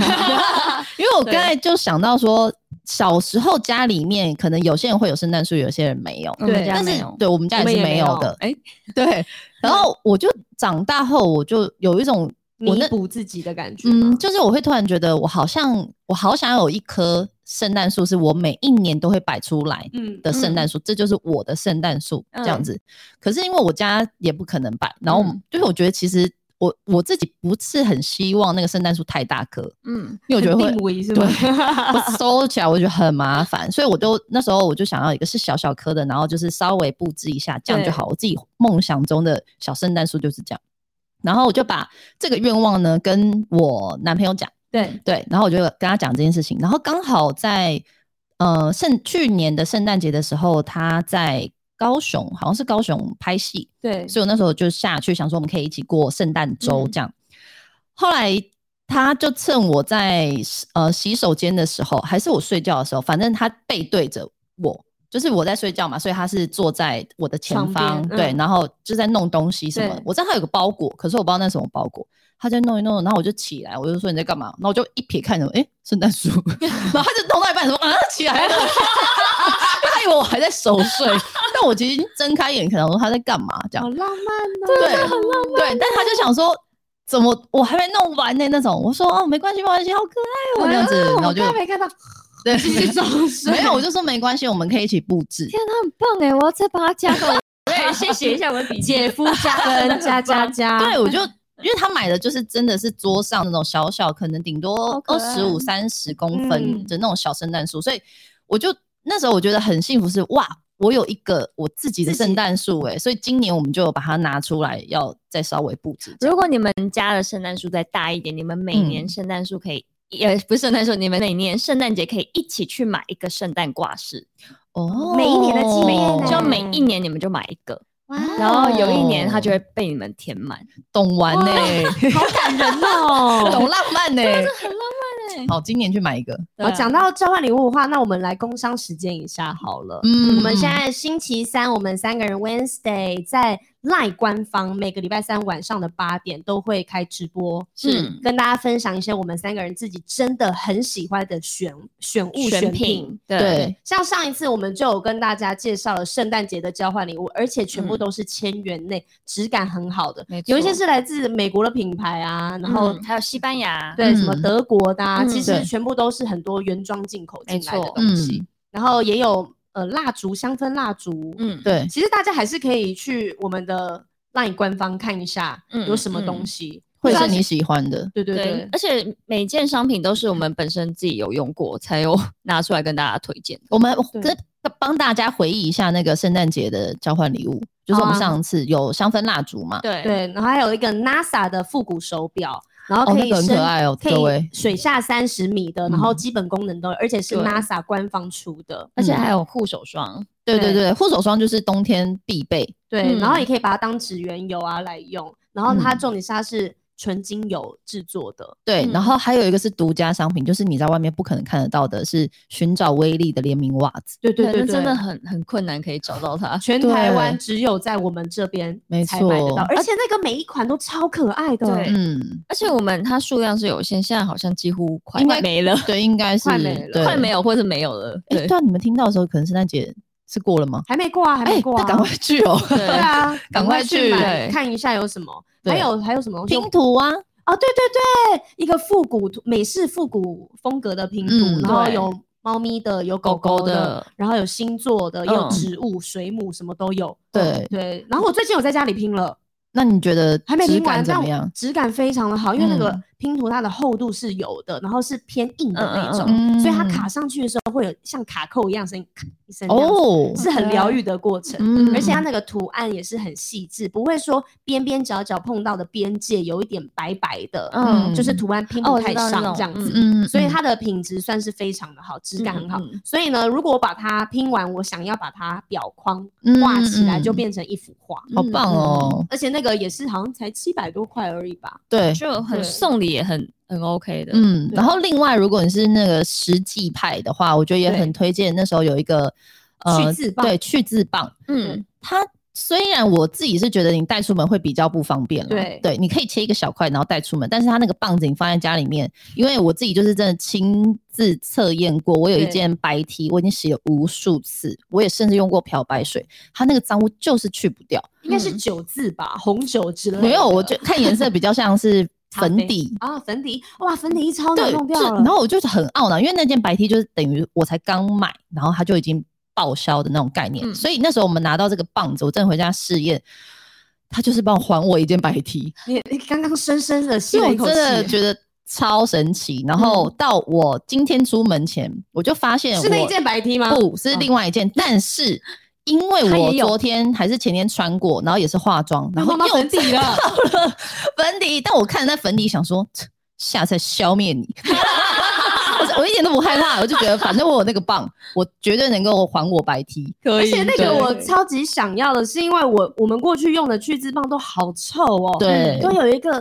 Speaker 1: 因为我刚才就想到说，小时候家里面可能有些人会有圣诞树，有些人没有，
Speaker 3: 我们
Speaker 2: 对
Speaker 3: 家
Speaker 1: 但
Speaker 3: 嗯没
Speaker 1: 是
Speaker 3: 有
Speaker 1: 对我们家
Speaker 2: 我们
Speaker 1: 也是
Speaker 2: 也
Speaker 1: 没
Speaker 2: 没
Speaker 1: 有
Speaker 2: 有
Speaker 1: 的，
Speaker 3: 哎，
Speaker 1: 对。然后我就长大后，我就有一种我
Speaker 2: 弥
Speaker 1: 那
Speaker 2: 补自己的感觉吗，
Speaker 1: 嗯，就是我会突然觉得，我好像我好想有一棵圣诞树，是我每一年都会摆出来
Speaker 2: 嗯
Speaker 1: 的圣诞树，这就是我的圣诞树这样
Speaker 3: 嗯
Speaker 1: 子。可是因为我家也不可能摆，然后我们就是我觉得其实我我自己不是很希望那个圣诞树太大棵，
Speaker 3: 嗯，
Speaker 1: 因为我觉得会
Speaker 2: 定位是吗？
Speaker 1: 我收起来我觉得很麻烦，所以我就那时候我就想要一个是小小颗的，然后就是稍微布置一下，这样就
Speaker 3: 对
Speaker 1: 好。我自己梦想中的小圣诞树就是这样。然后我就把这个愿望呢跟我男朋友讲，
Speaker 2: 对，
Speaker 1: 对，然后我就跟他讲这件事情，然后刚好在呃圣去年的圣诞节的时候，他在高雄，好像是高雄拍戏，
Speaker 2: 对，嗯
Speaker 1: 所以我那时候就下去想说我们可以一起过圣诞周这样。后来他就趁我在呃洗手间的时候，还是我睡觉的时候，反正他背对着我，就是我在睡觉嘛，所以他是坐在我的前
Speaker 2: 床
Speaker 1: 方，
Speaker 2: 边
Speaker 1: 对，
Speaker 2: 嗯
Speaker 1: 然后就在弄东西什么的
Speaker 2: 对。
Speaker 1: 我知道他有个包裹，可是我不知道那是什么包裹。他在弄一弄，然后我就起来，我就说你在干嘛？然后我就一瞥看着，哎、圣 诞树，然后他就弄到一半说啊起来了， 他以为我还在熟睡， 但我其实睁开眼，可能说他在干嘛这样
Speaker 2: 好。浪漫哦，
Speaker 1: 对， 很浪漫。对，但他就想说，怎么我还没弄完呢？那种，我说哦，没关系，没关系，好可爱哦，这样子，然后就
Speaker 2: 嗯我刚才没看到，
Speaker 1: 对，
Speaker 2: 继续装睡。
Speaker 1: 没有，我就说没关系，我们可以一起布置。
Speaker 3: 天，它很棒哎，我要再把它加个， 对，谢谢一下我的笔记。
Speaker 2: 姐夫 加分加加加，
Speaker 1: 对，我就。因为他买的就是真的是桌上那种小小，可能顶多
Speaker 3: 可
Speaker 1: 二
Speaker 3: 爱
Speaker 1: 十五、三十公分
Speaker 2: 嗯
Speaker 1: 的那种小圣诞树，所以我就那时候我觉得很幸福是，哇，我有一个我自己的
Speaker 2: 自己
Speaker 1: 圣诞树哎，所以今年我们就把它拿出来，要再稍微布置这样。
Speaker 3: 如果你们家的圣诞树再大一点，你们每
Speaker 1: 嗯
Speaker 3: 年圣诞树可以，也不是圣诞树，你们每年圣诞节可以一起去买一个圣诞挂饰，
Speaker 1: 哦，
Speaker 2: 每一年的纪念
Speaker 1: 哦
Speaker 2: 呢
Speaker 3: 就每一年你们就买一个，然后有一年它就会被你们填
Speaker 2: 哦
Speaker 3: 满。
Speaker 1: 懂欸玩呢、
Speaker 2: 好感人哦。
Speaker 1: 懂浪漫呢、
Speaker 3: 很浪漫哎、
Speaker 1: 好，今年去买一个。
Speaker 2: 我
Speaker 3: 啊
Speaker 2: 讲到交换礼物的话，那我们来工商实践一下好了。
Speaker 1: 嗯
Speaker 2: 我们现在星期三，我们三个人 Wednesday 在 LINE 官方每个礼拜三晚上的八点都会开直播，
Speaker 3: 是
Speaker 1: 嗯
Speaker 2: 跟大家分享一些我们三个人自己真的很喜欢的选选物选品。，
Speaker 1: 对，
Speaker 2: 像上一次我们就有跟大家介绍了圣诞节的交换礼物，而且全部都是千元内，质感很好的
Speaker 3: 没。
Speaker 2: 有一
Speaker 3: 错
Speaker 2: 些是来自美国的品牌啊，然
Speaker 3: 然
Speaker 2: 后
Speaker 3: 后、还有西班牙，
Speaker 2: 对什么
Speaker 1: 嗯
Speaker 2: 德国的、啊，
Speaker 3: 嗯
Speaker 2: 其
Speaker 1: 对嗯
Speaker 2: 实全部都是很多原装进口
Speaker 3: 没
Speaker 2: 进来的
Speaker 3: 错
Speaker 2: 东西。，然后也有呃蜡烛、香氛蜡烛，
Speaker 3: 嗯，
Speaker 1: 对，
Speaker 2: 其实大家还是可以去我们的 LINE 官方看一下
Speaker 3: 嗯
Speaker 2: 有什么
Speaker 3: 嗯
Speaker 2: 东西，不
Speaker 1: 会
Speaker 2: 知
Speaker 1: 是
Speaker 2: 道
Speaker 1: 你喜欢的。
Speaker 2: 对对对
Speaker 3: 而且每件商品都是我们本身自己有用过，才有 拿出来跟大家推荐。
Speaker 1: 我们
Speaker 2: 对
Speaker 1: 跟帮大家回忆一下那个圣诞节的交换礼物，就是我们
Speaker 2: 好啊
Speaker 1: 上次有香氛蜡烛嘛，
Speaker 3: 对，
Speaker 2: 对，然后还有一个 NASA 的复古手表，然后
Speaker 1: 哦
Speaker 2: 可
Speaker 1: 那
Speaker 2: 以
Speaker 1: 个很可
Speaker 2: 深
Speaker 1: 爱哦
Speaker 2: 可
Speaker 1: 各位
Speaker 2: 以水下三十米的，然后
Speaker 1: 嗯
Speaker 2: 基本功能都有，而且是
Speaker 3: 对
Speaker 2: NASA 官方出的，
Speaker 3: 而且还有护手霜，
Speaker 1: 对对
Speaker 2: 对
Speaker 1: 对，护手霜就是冬天必备，
Speaker 2: 对，然后
Speaker 3: 嗯
Speaker 2: 也可以把它当指缘油啊来用，然后它
Speaker 1: 嗯
Speaker 2: 重点是它是。纯精油制作的。
Speaker 1: 对，然
Speaker 3: 嗯
Speaker 1: 后还有一个是独家商品，就是你在外面不可能看得到的，是寻找威力的联名袜子。
Speaker 2: 对对
Speaker 3: 对
Speaker 2: 对
Speaker 3: 那
Speaker 2: 对，
Speaker 3: 真的很很困难可以找到它。
Speaker 2: 全台湾
Speaker 1: 对
Speaker 2: 只有在我们这边
Speaker 1: 没
Speaker 2: 才买得
Speaker 1: 错
Speaker 2: 到，而且那个每一款都超可爱的。
Speaker 3: 对
Speaker 1: 嗯，
Speaker 3: 而且我们它数量是有限，现在好像几乎快
Speaker 1: 应该
Speaker 3: 没了，
Speaker 1: 对，应该是
Speaker 2: 快没了
Speaker 1: 对
Speaker 3: 快没。有或者没有了。
Speaker 1: 哎，
Speaker 3: 对
Speaker 1: 对啊，你们听到的时候，可能圣诞节是过了吗？
Speaker 2: 还没过啊，还没过
Speaker 1: 哎那
Speaker 2: 啊！
Speaker 1: 赶快去哦！
Speaker 3: 对
Speaker 2: 对啊，赶
Speaker 1: 快
Speaker 2: 去
Speaker 1: 去
Speaker 2: 买
Speaker 3: 对
Speaker 2: 看一下有什么，
Speaker 1: 对
Speaker 2: 还有还有什么东西？
Speaker 1: 拼图啊，
Speaker 2: 哦，对对对，一个复古图美式复古风格的拼图，
Speaker 1: 嗯
Speaker 2: 然后
Speaker 3: 对
Speaker 2: 有猫咪的，有
Speaker 3: 狗狗
Speaker 2: 狗狗
Speaker 3: 的
Speaker 2: 然后有星座的，也有
Speaker 3: 嗯
Speaker 2: 植物、水母，什么都有。
Speaker 1: 对
Speaker 2: 对，然后我最近有在家里拼了，
Speaker 1: 那你觉得
Speaker 2: 还没
Speaker 1: 质
Speaker 2: 拼完，
Speaker 1: 感怎
Speaker 2: 但
Speaker 1: 么
Speaker 2: 我
Speaker 1: 样？
Speaker 2: 质感非常的好，因为那个
Speaker 1: 嗯
Speaker 2: 拼图它的厚度是有的，然后是偏硬的
Speaker 3: 嗯
Speaker 2: 那
Speaker 3: 嗯
Speaker 2: 种，
Speaker 1: 嗯
Speaker 2: 所以它卡上去的时候会有像卡扣一样声音，咔一声这样子
Speaker 1: 哦，
Speaker 2: 是很疗愈的过程。
Speaker 1: 嗯
Speaker 2: 而且它那个图案也是很细致，不会说边边角角碰到的边界有一点白白的，
Speaker 3: 嗯
Speaker 2: 就是图案拼
Speaker 3: 哦
Speaker 2: 不
Speaker 3: 我
Speaker 2: 太
Speaker 3: 知道那
Speaker 2: 上
Speaker 3: 种
Speaker 2: 这样子。
Speaker 1: 嗯，
Speaker 2: 所以
Speaker 1: 嗯
Speaker 2: 它的品质算是非常的好，质感很好。
Speaker 3: 嗯嗯嗯
Speaker 2: 所以呢，如果我把它拼完，我想要把它裱框
Speaker 1: 嗯
Speaker 2: 画起来，
Speaker 1: 嗯
Speaker 2: 就变成一幅画。
Speaker 1: 好棒哦，
Speaker 2: 而且那个也是好像才七百多块而已吧。
Speaker 1: 对，
Speaker 3: 就
Speaker 2: 对
Speaker 3: 很送礼也很很 OK 的。
Speaker 1: 嗯，
Speaker 2: 对
Speaker 1: 然后另外，如果你是那个实际派的话，我觉得也
Speaker 2: 对
Speaker 1: 很推荐。那时候有一个呃
Speaker 2: 去字棒
Speaker 1: 对去字棒，
Speaker 3: 嗯，
Speaker 1: 它虽然我自己是觉得你带出门会比较不方便啦
Speaker 2: 对
Speaker 1: 对，你可以切一个小块然后带出门，但是它那个棒子你放在家里面，因为我自己就是真的亲自测验过，我有一
Speaker 2: 对
Speaker 1: 件白 T，我已经洗了无数次，我也甚至用过漂白水，它那个脏污就是去不掉。
Speaker 2: 应该是
Speaker 3: 嗯
Speaker 2: 九字吧，红酒之类的。
Speaker 1: 没有，我就看颜色比较 像是
Speaker 2: 咖啡
Speaker 1: 粉底，
Speaker 2: 啊粉底，哇，粉底超难
Speaker 1: 对，
Speaker 2: 弄掉
Speaker 1: 就
Speaker 2: 了。
Speaker 1: 然后我就是很懊恼，因为那件白 T 就是等于我才刚买，然后它就已经报销的那种概念。
Speaker 3: 嗯
Speaker 1: 所以那时候我们拿到这个棒子，我真的回家试验，他就是帮我还我一件 白 T，
Speaker 2: 你你刚刚深深的吸
Speaker 1: 因
Speaker 2: 了
Speaker 1: 为
Speaker 2: 一口
Speaker 1: 我
Speaker 2: 气
Speaker 1: 真的
Speaker 2: 耶，
Speaker 1: 觉得超神奇。然后到我今天出门前，我就发现
Speaker 2: 是那
Speaker 1: 我
Speaker 2: 一件白 T 吗？嗯
Speaker 1: 不是另外一件，但是。因为
Speaker 3: 它
Speaker 1: 我
Speaker 3: 也有
Speaker 1: 昨天还是前天穿过，然后也是化妆，
Speaker 2: 然
Speaker 1: 然后
Speaker 2: 后到
Speaker 1: 又
Speaker 2: 粉底了，
Speaker 1: 粉底，但我看那粉底想说，切下次再消灭你。 我我一点都不害怕，我就觉得反正我有那个棒，我绝对能够还我白 T。
Speaker 3: 可
Speaker 2: 而且那个我
Speaker 3: 对
Speaker 2: 超级想要的，是因为我我们过去用的去渍棒都好臭哦，
Speaker 1: 对啊
Speaker 2: 都有一个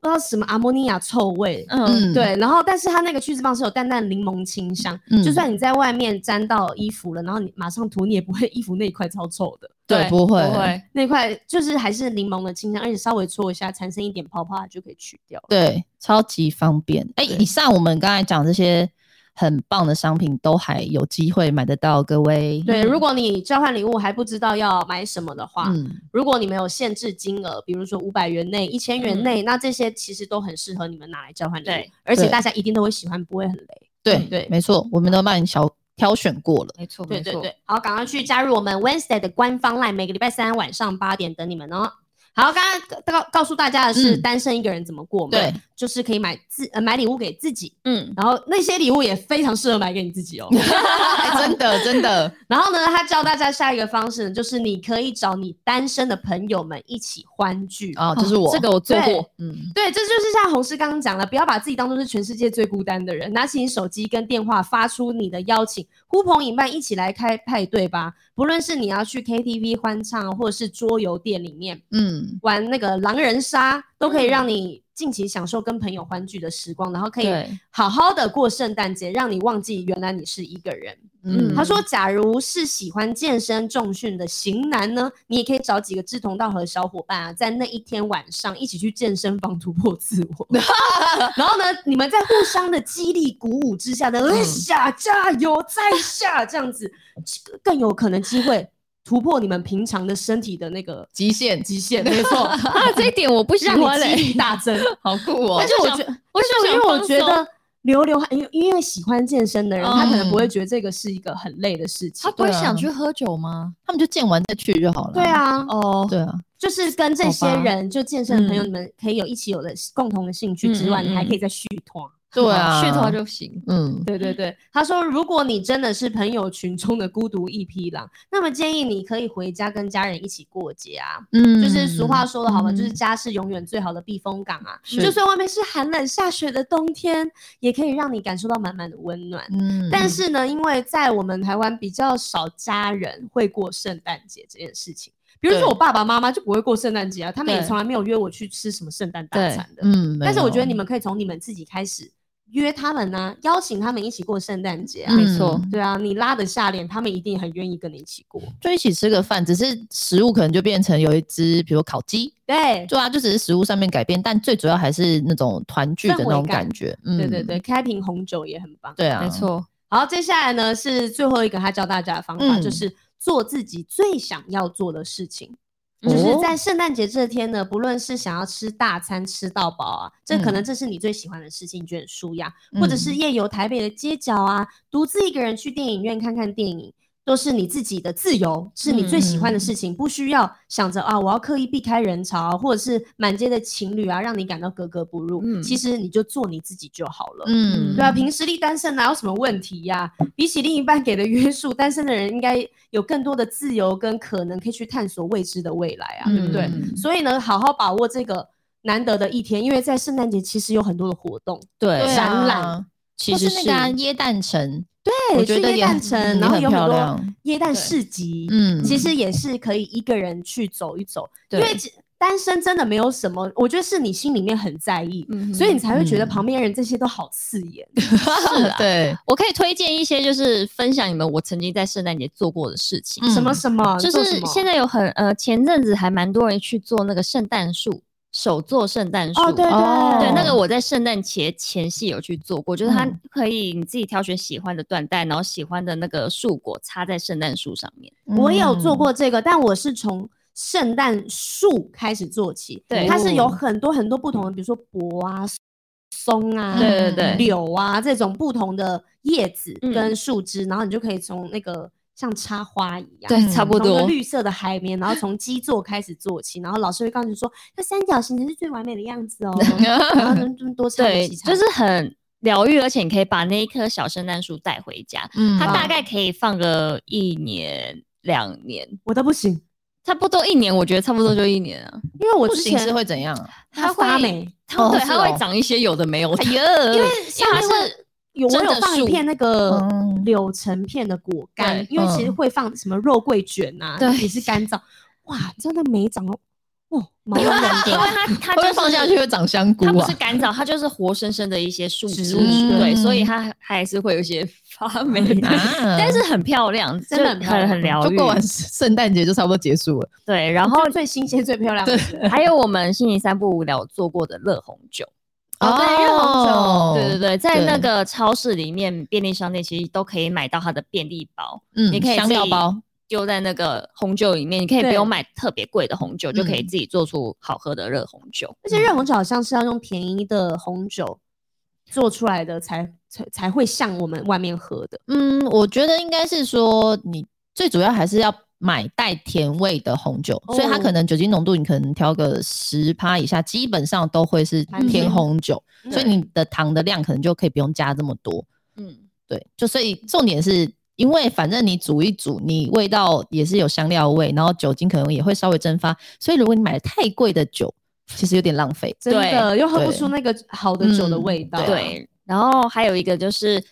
Speaker 2: 不知道什么阿莫尼亚臭味。
Speaker 3: 嗯，
Speaker 2: 对，然后但是它那个去渍棒是有淡淡柠檬清香，
Speaker 1: 嗯
Speaker 2: 就算你在外面沾到衣服了，然后你马上涂，你也不会 衣服那一块超臭的，
Speaker 1: 对不会
Speaker 3: 不会，
Speaker 2: 那一块就是还是柠檬的清香，而且稍微搓一下，产生一点泡泡就可以去掉了。
Speaker 1: 对，超级方便。哎、
Speaker 2: 对
Speaker 1: 以上我们刚才讲这些很棒的商品，都还有机会买得到，各位。
Speaker 2: 对，
Speaker 3: 嗯
Speaker 2: 如果你交换礼物还不知道要买什么的话，
Speaker 1: 嗯，
Speaker 2: 如果你们有限制金额，比如说五百元内、一千元内，那这些其实都很适合你们拿来交换礼物
Speaker 3: 对，
Speaker 2: 而且
Speaker 1: 对
Speaker 2: 大家一定都会喜欢，不会很累。
Speaker 1: 对
Speaker 2: 对
Speaker 1: 没错，我们都帮你小挑选过了。
Speaker 3: 没错，
Speaker 2: 对
Speaker 3: 没
Speaker 2: 对
Speaker 3: 错。
Speaker 2: 对，好，赶快去加入我们 Wednesday 的官方 line，每个礼拜三晚上八点等你们哦。好，刚刚告告诉大家的是
Speaker 1: 嗯
Speaker 2: 单身一个人怎么过嘛？
Speaker 1: 对，
Speaker 2: 就是可以买自呃买礼物给自己，
Speaker 3: 嗯，
Speaker 2: 然后那些礼物也非常适合买给你自己哦。
Speaker 1: 哎真的真的，
Speaker 2: 然后呢，他教大家下一个方式呢，就是你可以找你单身的朋友们一起欢聚
Speaker 1: 哦，这是我、
Speaker 3: 这个我做
Speaker 2: 对
Speaker 3: 过，嗯，
Speaker 2: 对，这就是像红师刚刚讲了，不要把自己当做是全世界最孤单的人，拿起你手机跟电话，发出你的邀请，呼朋引伴一起来开派对吧。不论是你要去 KTV 欢唱，或者是桌游店里面
Speaker 1: 嗯，
Speaker 2: 玩那个狼人杀，都可以让你尽情享受跟朋友欢聚的时光，然后可以
Speaker 3: 对，
Speaker 2: 好好的过圣诞节，让你忘记原来你是一个人。
Speaker 1: 嗯，
Speaker 3: 嗯
Speaker 2: 他说，假如是喜欢健身重训的型男呢，你也可以找几个志同道合的小伙伴啊，在那一天晚上一起去健身房突破自我。 然后呢，你们在互相的激励鼓舞之下呢，
Speaker 3: 嗯
Speaker 2: 呃 下加油再下这样子，更有可能机会突破你们平常的身体的 那个
Speaker 1: 极限，
Speaker 2: 极限。没错，
Speaker 3: 啊，这一点我不喜
Speaker 2: 让
Speaker 3: 欢
Speaker 2: 你
Speaker 3: 嘞
Speaker 2: 激，励大增。
Speaker 1: 好酷哦
Speaker 2: 但是我觉得。
Speaker 3: 我
Speaker 2: 但
Speaker 3: 就是想
Speaker 2: 因为我
Speaker 3: 放
Speaker 2: 觉
Speaker 3: 松
Speaker 2: 得流流汗，因为因为喜欢健身的人，他可能不
Speaker 1: 嗯
Speaker 2: 会觉得这个是一个很累的事情
Speaker 3: 他。不会
Speaker 1: 对啊
Speaker 3: 想去喝酒吗？
Speaker 1: 他们就见完再去就好了。
Speaker 2: 对，啊，
Speaker 3: 哦，
Speaker 1: 对啊，
Speaker 2: 就是跟这些
Speaker 1: 好吧
Speaker 2: 人，就健身的朋友，
Speaker 3: 嗯
Speaker 2: 你们可以有一起有的共同的兴趣之外，
Speaker 3: 嗯嗯
Speaker 2: 你还可以再续团。
Speaker 1: 对啊，
Speaker 3: 去头就行。
Speaker 1: 嗯，
Speaker 2: 对对对，他说，如果你真的是朋友群中的孤独一匹狼，那么建议你可以回家跟家人一起过节啊。
Speaker 1: 嗯，
Speaker 2: 就是俗话说的好嘛，
Speaker 1: 嗯
Speaker 2: 就是家是永远最好的避风港啊。
Speaker 1: 是
Speaker 2: 就算外面是寒冷下雪的冬天，也可以让你感受到满满的温暖。
Speaker 1: 嗯，
Speaker 2: 但是呢，因为在我们台湾比较少家人会过圣诞节这件事情，比如说
Speaker 3: 对
Speaker 2: 我爸爸妈妈就不会过圣诞节啊，他们也
Speaker 3: 对
Speaker 2: 从来没有约我去吃什么圣诞大
Speaker 3: 对
Speaker 2: 餐的。
Speaker 1: 嗯，
Speaker 2: 但是我觉得你
Speaker 1: 们
Speaker 2: 们可以从你们自己开始约他们呢、邀请他们一起过圣诞节啊。
Speaker 3: 嗯没错嗯
Speaker 2: 对啊，你拉得下脸，他们一定很愿意跟你一起过。
Speaker 1: 就一起吃个饭，只是食物可能就变成有一只，比如烤鸡，
Speaker 2: 对，
Speaker 1: 对啊，就只是食物上面改变，但最主要还是那种团聚的那
Speaker 2: 氛围
Speaker 1: 种
Speaker 2: 感
Speaker 1: 感觉。嗯，
Speaker 2: 对对对，，开瓶红酒也很棒。
Speaker 1: 对啊，
Speaker 3: 没。错，
Speaker 2: 好，接下来呢是最后一个他教大家的方法，
Speaker 1: 嗯
Speaker 2: 就是做自己最想要做的事情。
Speaker 3: 嗯
Speaker 2: 就是在圣诞节这天呢，不论是想要吃大餐吃到饱啊，这可能这是你最喜欢的事情，你觉得很舒压，或者是夜游台北的街角啊，独自一个人去电影院看看电影，都是你自己的自由，是你最喜欢的事情，不需要想着啊，我要刻意避开人潮啊，或者是满街的情侣啊，让你感到格格不入。
Speaker 3: 嗯
Speaker 2: 其实你就做你自己就好了。
Speaker 1: 嗯，
Speaker 2: 对啊，凭实力单身哪有什么问题呀、比起另一半给的约束，单身的人应该有更多的自由跟可能可以去探索未知的未来啊，对不对？
Speaker 1: 嗯
Speaker 2: 所以呢，好好把握这个难得的一天，因为在圣诞节其实有很多的活动，
Speaker 1: 对
Speaker 2: 对啊展览，
Speaker 1: 其
Speaker 2: 实
Speaker 1: 实
Speaker 2: 是
Speaker 1: 嗯那个啊椰蛋城，
Speaker 2: 对，
Speaker 1: 我觉得
Speaker 2: 去耶
Speaker 1: 也
Speaker 2: 诞
Speaker 1: 很
Speaker 2: 城，
Speaker 1: 嗯
Speaker 2: 然后
Speaker 1: 也
Speaker 2: 有
Speaker 1: 很漂
Speaker 2: 很多
Speaker 1: 亮
Speaker 2: 耶诞市集，
Speaker 1: 嗯
Speaker 2: 其实也是可以一个人去走一走，因
Speaker 1: 对
Speaker 2: 为其单身真的没有什么，我觉得是你心里面很在意，
Speaker 3: 嗯
Speaker 2: 所以你才会觉得
Speaker 1: 嗯。
Speaker 2: 旁边人这些都好刺眼。
Speaker 3: 是啊
Speaker 1: 对，
Speaker 3: 我可以推荐一些，就是分享你们我曾经在圣诞节做过的事情。
Speaker 1: 嗯
Speaker 2: 什么什么，
Speaker 3: 就
Speaker 2: 做什
Speaker 3: 是
Speaker 2: 么
Speaker 3: 现在有很呃，前阵子还蛮多人去做那个圣诞树，手做圣诞树。
Speaker 2: 哦，对对
Speaker 1: 哦
Speaker 3: 对那个我在圣诞节前夕有去做过，就是它
Speaker 1: 嗯
Speaker 3: 可以你自己挑选喜欢的缎带，然后喜欢的那个树果插在圣诞树上面。
Speaker 2: 我也有做
Speaker 1: 嗯，
Speaker 2: 过这个，但我是从圣诞树开始做起。
Speaker 3: 对
Speaker 2: 它是有
Speaker 1: 哦
Speaker 2: 很多很多不同的，比如说柏啊、松啊、
Speaker 3: 对对对
Speaker 2: 柳啊这种不同的叶子
Speaker 3: 嗯
Speaker 2: 跟树枝，然后你就可以从那个像插花一
Speaker 3: 嗯
Speaker 2: 样。
Speaker 1: 对差
Speaker 2: 不多绿色的海绵，然后从基座开始做起，然后老师会告诉你说，那三角形才是最完美的样子哦。然后就就多插
Speaker 3: 对，
Speaker 2: 几插
Speaker 3: 就是很疗愈，而且你可以把那一棵小圣诞树带回家，
Speaker 1: 嗯，
Speaker 3: 它
Speaker 2: 哦
Speaker 3: 大概可以放个一年两年，
Speaker 2: 我都不行，
Speaker 3: 差不多一年，我觉得差不多就一年啊。
Speaker 2: 因为我
Speaker 1: 不
Speaker 2: 之
Speaker 1: 行
Speaker 2: 前
Speaker 1: 是会怎样啊？
Speaker 2: 它
Speaker 3: 发
Speaker 2: 发
Speaker 3: 霉呃
Speaker 2: 霉，
Speaker 3: 它
Speaker 1: 哦
Speaker 3: 对，
Speaker 1: 是
Speaker 3: 它会
Speaker 1: 哦
Speaker 3: 长一些有的没有的。
Speaker 1: 哎呦，因为
Speaker 2: 下面会有我
Speaker 3: 真
Speaker 2: 有
Speaker 3: 的
Speaker 2: 放一
Speaker 3: 树
Speaker 2: 片那个
Speaker 1: 嗯
Speaker 2: 柳橙片的果干
Speaker 3: 对，
Speaker 2: 因为其实
Speaker 1: 嗯
Speaker 2: 会放什么肉桂卷啊，
Speaker 3: 对
Speaker 2: 也是干燥。哇，真的没长哦，哇，毛
Speaker 3: 因
Speaker 2: 茸
Speaker 3: 为
Speaker 2: 茸
Speaker 3: 它，因为
Speaker 2: 的。
Speaker 3: 它它就
Speaker 1: 会不会
Speaker 3: 是啊
Speaker 1: 放下去会长香菇
Speaker 3: 它不
Speaker 1: 啊
Speaker 3: 是？干燥，它就是活生生的一些树
Speaker 2: 植
Speaker 3: 枝，
Speaker 2: 物
Speaker 3: 对，
Speaker 1: 嗯
Speaker 3: 所以它还是会有一些发霉，
Speaker 1: 啊
Speaker 3: 但是很漂亮，
Speaker 2: 真
Speaker 3: 就
Speaker 2: 的很漂亮
Speaker 3: 嗯很很疗
Speaker 1: 就
Speaker 3: 愈
Speaker 1: 过。完圣诞节就差不多结束了。
Speaker 3: 对， 然
Speaker 2: 然
Speaker 3: 后
Speaker 2: 后最新鲜、最漂亮的是，
Speaker 3: 还有我们星期三不无聊做过的热红 酒，
Speaker 2: 哦对热红酒
Speaker 1: 哦
Speaker 3: 对对对，在
Speaker 1: 对
Speaker 3: 那个超市里面、便利商店其实都可以买到它的便利包，
Speaker 1: 嗯，
Speaker 3: 你可以
Speaker 1: 香料包，
Speaker 3: 丢在那个红酒里面，你可以不
Speaker 2: 对
Speaker 3: 用买特别贵的红酒，就可以
Speaker 1: 嗯
Speaker 3: 自己做出好喝的热红酒。
Speaker 2: 而且热红酒好像是要用便宜的红酒做出来的才，才才会像我们外面喝的。
Speaker 1: 嗯，我觉得应该是说你最主要还是要买带甜味的红酒，所以它
Speaker 2: 哦
Speaker 1: 可能酒精浓度你可能调个十趴以下，基本上都会是
Speaker 2: 蛮
Speaker 3: 甜
Speaker 1: 甜
Speaker 3: 的
Speaker 1: 红酒，
Speaker 2: 嗯
Speaker 1: 所以你的糖的量可能就可以不用加这么多。
Speaker 3: 嗯，
Speaker 1: 对，就所以重点是因为反正你煮一煮，你味道也是有香料味，然后酒精可能也会稍微蒸发，所以如果你买太贵的酒，其实有点浪费。
Speaker 2: 真
Speaker 3: 对
Speaker 2: 的又喝不
Speaker 1: 对
Speaker 2: 出那个好的酒的
Speaker 1: 嗯
Speaker 2: 味道。
Speaker 1: 对啊
Speaker 3: 对，然后还有一个就是，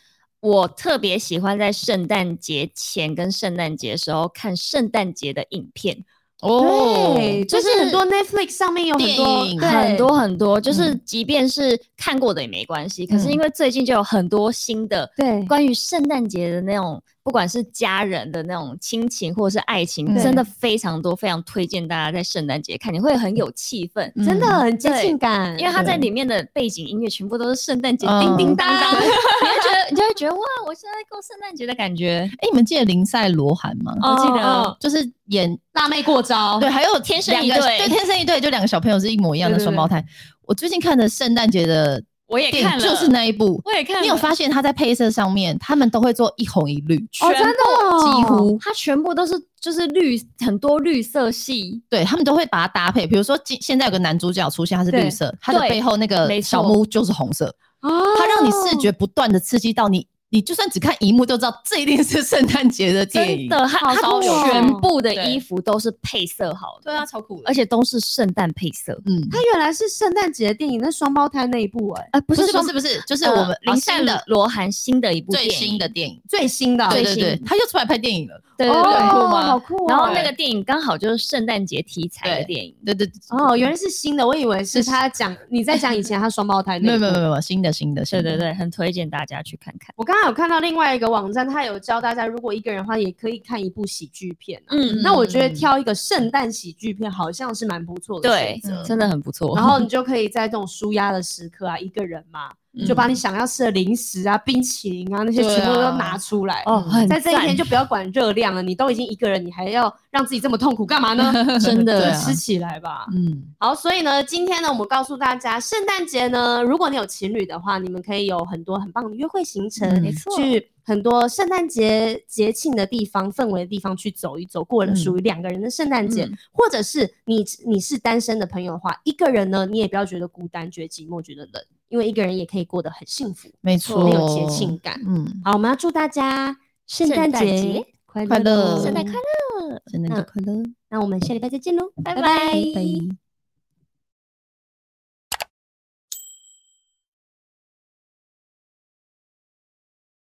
Speaker 3: 我特别喜欢在圣诞节前跟圣诞节的时候看圣诞节的影片，
Speaker 2: 对，
Speaker 3: 哦就
Speaker 2: 就是哦是很多 Netflix 上面有很
Speaker 1: 电
Speaker 2: 多
Speaker 1: 影
Speaker 2: 对
Speaker 3: 很多很多，就是
Speaker 1: 嗯
Speaker 3: 即便是看过的也没关系。可是因为最近就有很多新的
Speaker 2: 对
Speaker 3: 关于圣诞节的那种，不管是家人的那种亲情或者是爱情，
Speaker 1: 对
Speaker 3: 真的非常多，非常推荐大家在圣诞节看，你会很有气氛。
Speaker 1: 嗯
Speaker 2: 真的很接
Speaker 3: 对
Speaker 2: 近感，
Speaker 3: 因为它在
Speaker 1: 对
Speaker 3: 里面的背景音乐全部都是圣诞节
Speaker 1: 嗯
Speaker 3: 叮叮当当， 你会觉得你就会觉得哇，我现在过圣诞节的感觉。
Speaker 1: 哎、你们记得林赛罗韩吗？
Speaker 3: 我记得
Speaker 2: 哦哦
Speaker 1: 就是演
Speaker 2: 辣妹过
Speaker 3: 哦
Speaker 2: 招，
Speaker 1: 对，还有天生一
Speaker 3: 两
Speaker 1: 个
Speaker 3: 对
Speaker 1: 对天生一对，就两个小朋友是一模一样的
Speaker 2: 对对
Speaker 1: 双胞胎。我最近看的圣诞节的
Speaker 3: 我也
Speaker 1: 电影
Speaker 3: 哎看了，
Speaker 1: 就是那一部，
Speaker 3: 我也看了，
Speaker 1: 你有发现他在配色上面，他们都会做一红一绿，
Speaker 3: 全
Speaker 2: 哦，真的哦
Speaker 1: 几乎
Speaker 3: 它全部都是就是绿很多绿色系，
Speaker 1: 对他们都会把它搭配。比如说今现在有个男主角出现，他是
Speaker 2: 对
Speaker 1: 绿色，他的
Speaker 3: 对
Speaker 1: 背后那个
Speaker 3: 没错
Speaker 1: 小木屋就是红色，
Speaker 2: 哦
Speaker 1: 他让你视觉不断的刺激到你你就算只看荧幕都知道，这一定是圣诞节的电
Speaker 3: 真
Speaker 1: 影。
Speaker 3: 的，它
Speaker 2: 好
Speaker 3: 它
Speaker 2: 酷哦
Speaker 3: 全部的
Speaker 1: 对
Speaker 3: 衣服都是配色好的，
Speaker 1: 对啊，超酷的。
Speaker 3: 而且都是圣诞配色，
Speaker 1: 嗯，
Speaker 2: 他原来是圣诞节的电影，那双胞胎那一部哎、
Speaker 3: 呃，不
Speaker 1: 不是
Speaker 3: 说
Speaker 1: 不是不是，就是
Speaker 3: 呃
Speaker 1: 我们
Speaker 3: 林
Speaker 1: 林
Speaker 3: 赛
Speaker 1: 善的
Speaker 3: 罗涵新的一部
Speaker 1: 最
Speaker 3: 电
Speaker 1: 新
Speaker 3: 影啊
Speaker 1: 的电影，
Speaker 2: 最新的，
Speaker 1: 对
Speaker 3: 最
Speaker 1: 对
Speaker 3: 新
Speaker 1: 对，他又出来拍电影了。
Speaker 3: 对对
Speaker 2: 哦，
Speaker 3: 对。
Speaker 1: 酷吗
Speaker 2: 好酷哦！
Speaker 3: 然后那
Speaker 1: 对
Speaker 3: 个电影刚好就是圣诞节题材的
Speaker 1: 对
Speaker 3: 电影，
Speaker 1: 对对对
Speaker 2: 哦，原来是新的，我以为是
Speaker 1: 是
Speaker 2: 他讲你在讲以前他双胞胎那
Speaker 1: 没有没有
Speaker 2: 一
Speaker 1: 没
Speaker 2: 部。
Speaker 1: 有没有新的新的，
Speaker 3: 对
Speaker 1: 新的
Speaker 3: 对对，很推荐大家去看看。
Speaker 2: 我刚刚有看到另外一个网站，它有教大家，如果一个人的话，也可以看一部喜剧片、啊。
Speaker 3: 嗯，
Speaker 2: 那我觉得
Speaker 1: 嗯
Speaker 2: 挑一个圣诞喜剧片好像是蛮不错的
Speaker 3: 对
Speaker 2: 选择。，
Speaker 3: 真的很不错。
Speaker 2: 然后你就可以在这种舒压的时刻啊，一个人嘛，
Speaker 1: 嗯
Speaker 2: 就把你想要吃的零食啊、冰淇淋啊那些
Speaker 1: 对啊
Speaker 2: 全部都拿出来。
Speaker 3: 哦，很
Speaker 2: 嗯在这一
Speaker 3: 赞
Speaker 2: 天就不要管热量了，你都已经一个人，你还要让自己这么痛苦干嘛呢？
Speaker 3: 真的
Speaker 1: 对啊
Speaker 2: 吃起来吧。
Speaker 1: 嗯，
Speaker 2: 好，所以呢，今天呢，我们告诉大家，圣诞节呢，如果你有情侣的话，你们可以有很多很棒的约会行程，
Speaker 1: 嗯
Speaker 3: 没错
Speaker 2: 去很多圣诞节节庆的地方、氛围的地方去走一走，过了
Speaker 1: 嗯
Speaker 2: 属于两个人的圣诞节。
Speaker 3: 嗯
Speaker 2: 或者是你你是单身的朋友的话，一个人呢，你也不要觉得孤单、觉得寂寞、觉得冷，因为一个人也可以过得很幸福，
Speaker 1: 没
Speaker 2: 很
Speaker 1: 错，
Speaker 2: 有节庆感。
Speaker 1: 嗯，
Speaker 2: 好，我们要祝大家圣
Speaker 3: 圣
Speaker 2: 诞
Speaker 3: 诞
Speaker 2: 节
Speaker 3: 节
Speaker 2: 快
Speaker 1: 快
Speaker 2: 乐，
Speaker 1: 乐圣诞
Speaker 3: 快
Speaker 1: 乐，圣诞节快乐，
Speaker 2: 那我们下礼拜再见喽，拜
Speaker 3: 拜拜
Speaker 1: 拜拜。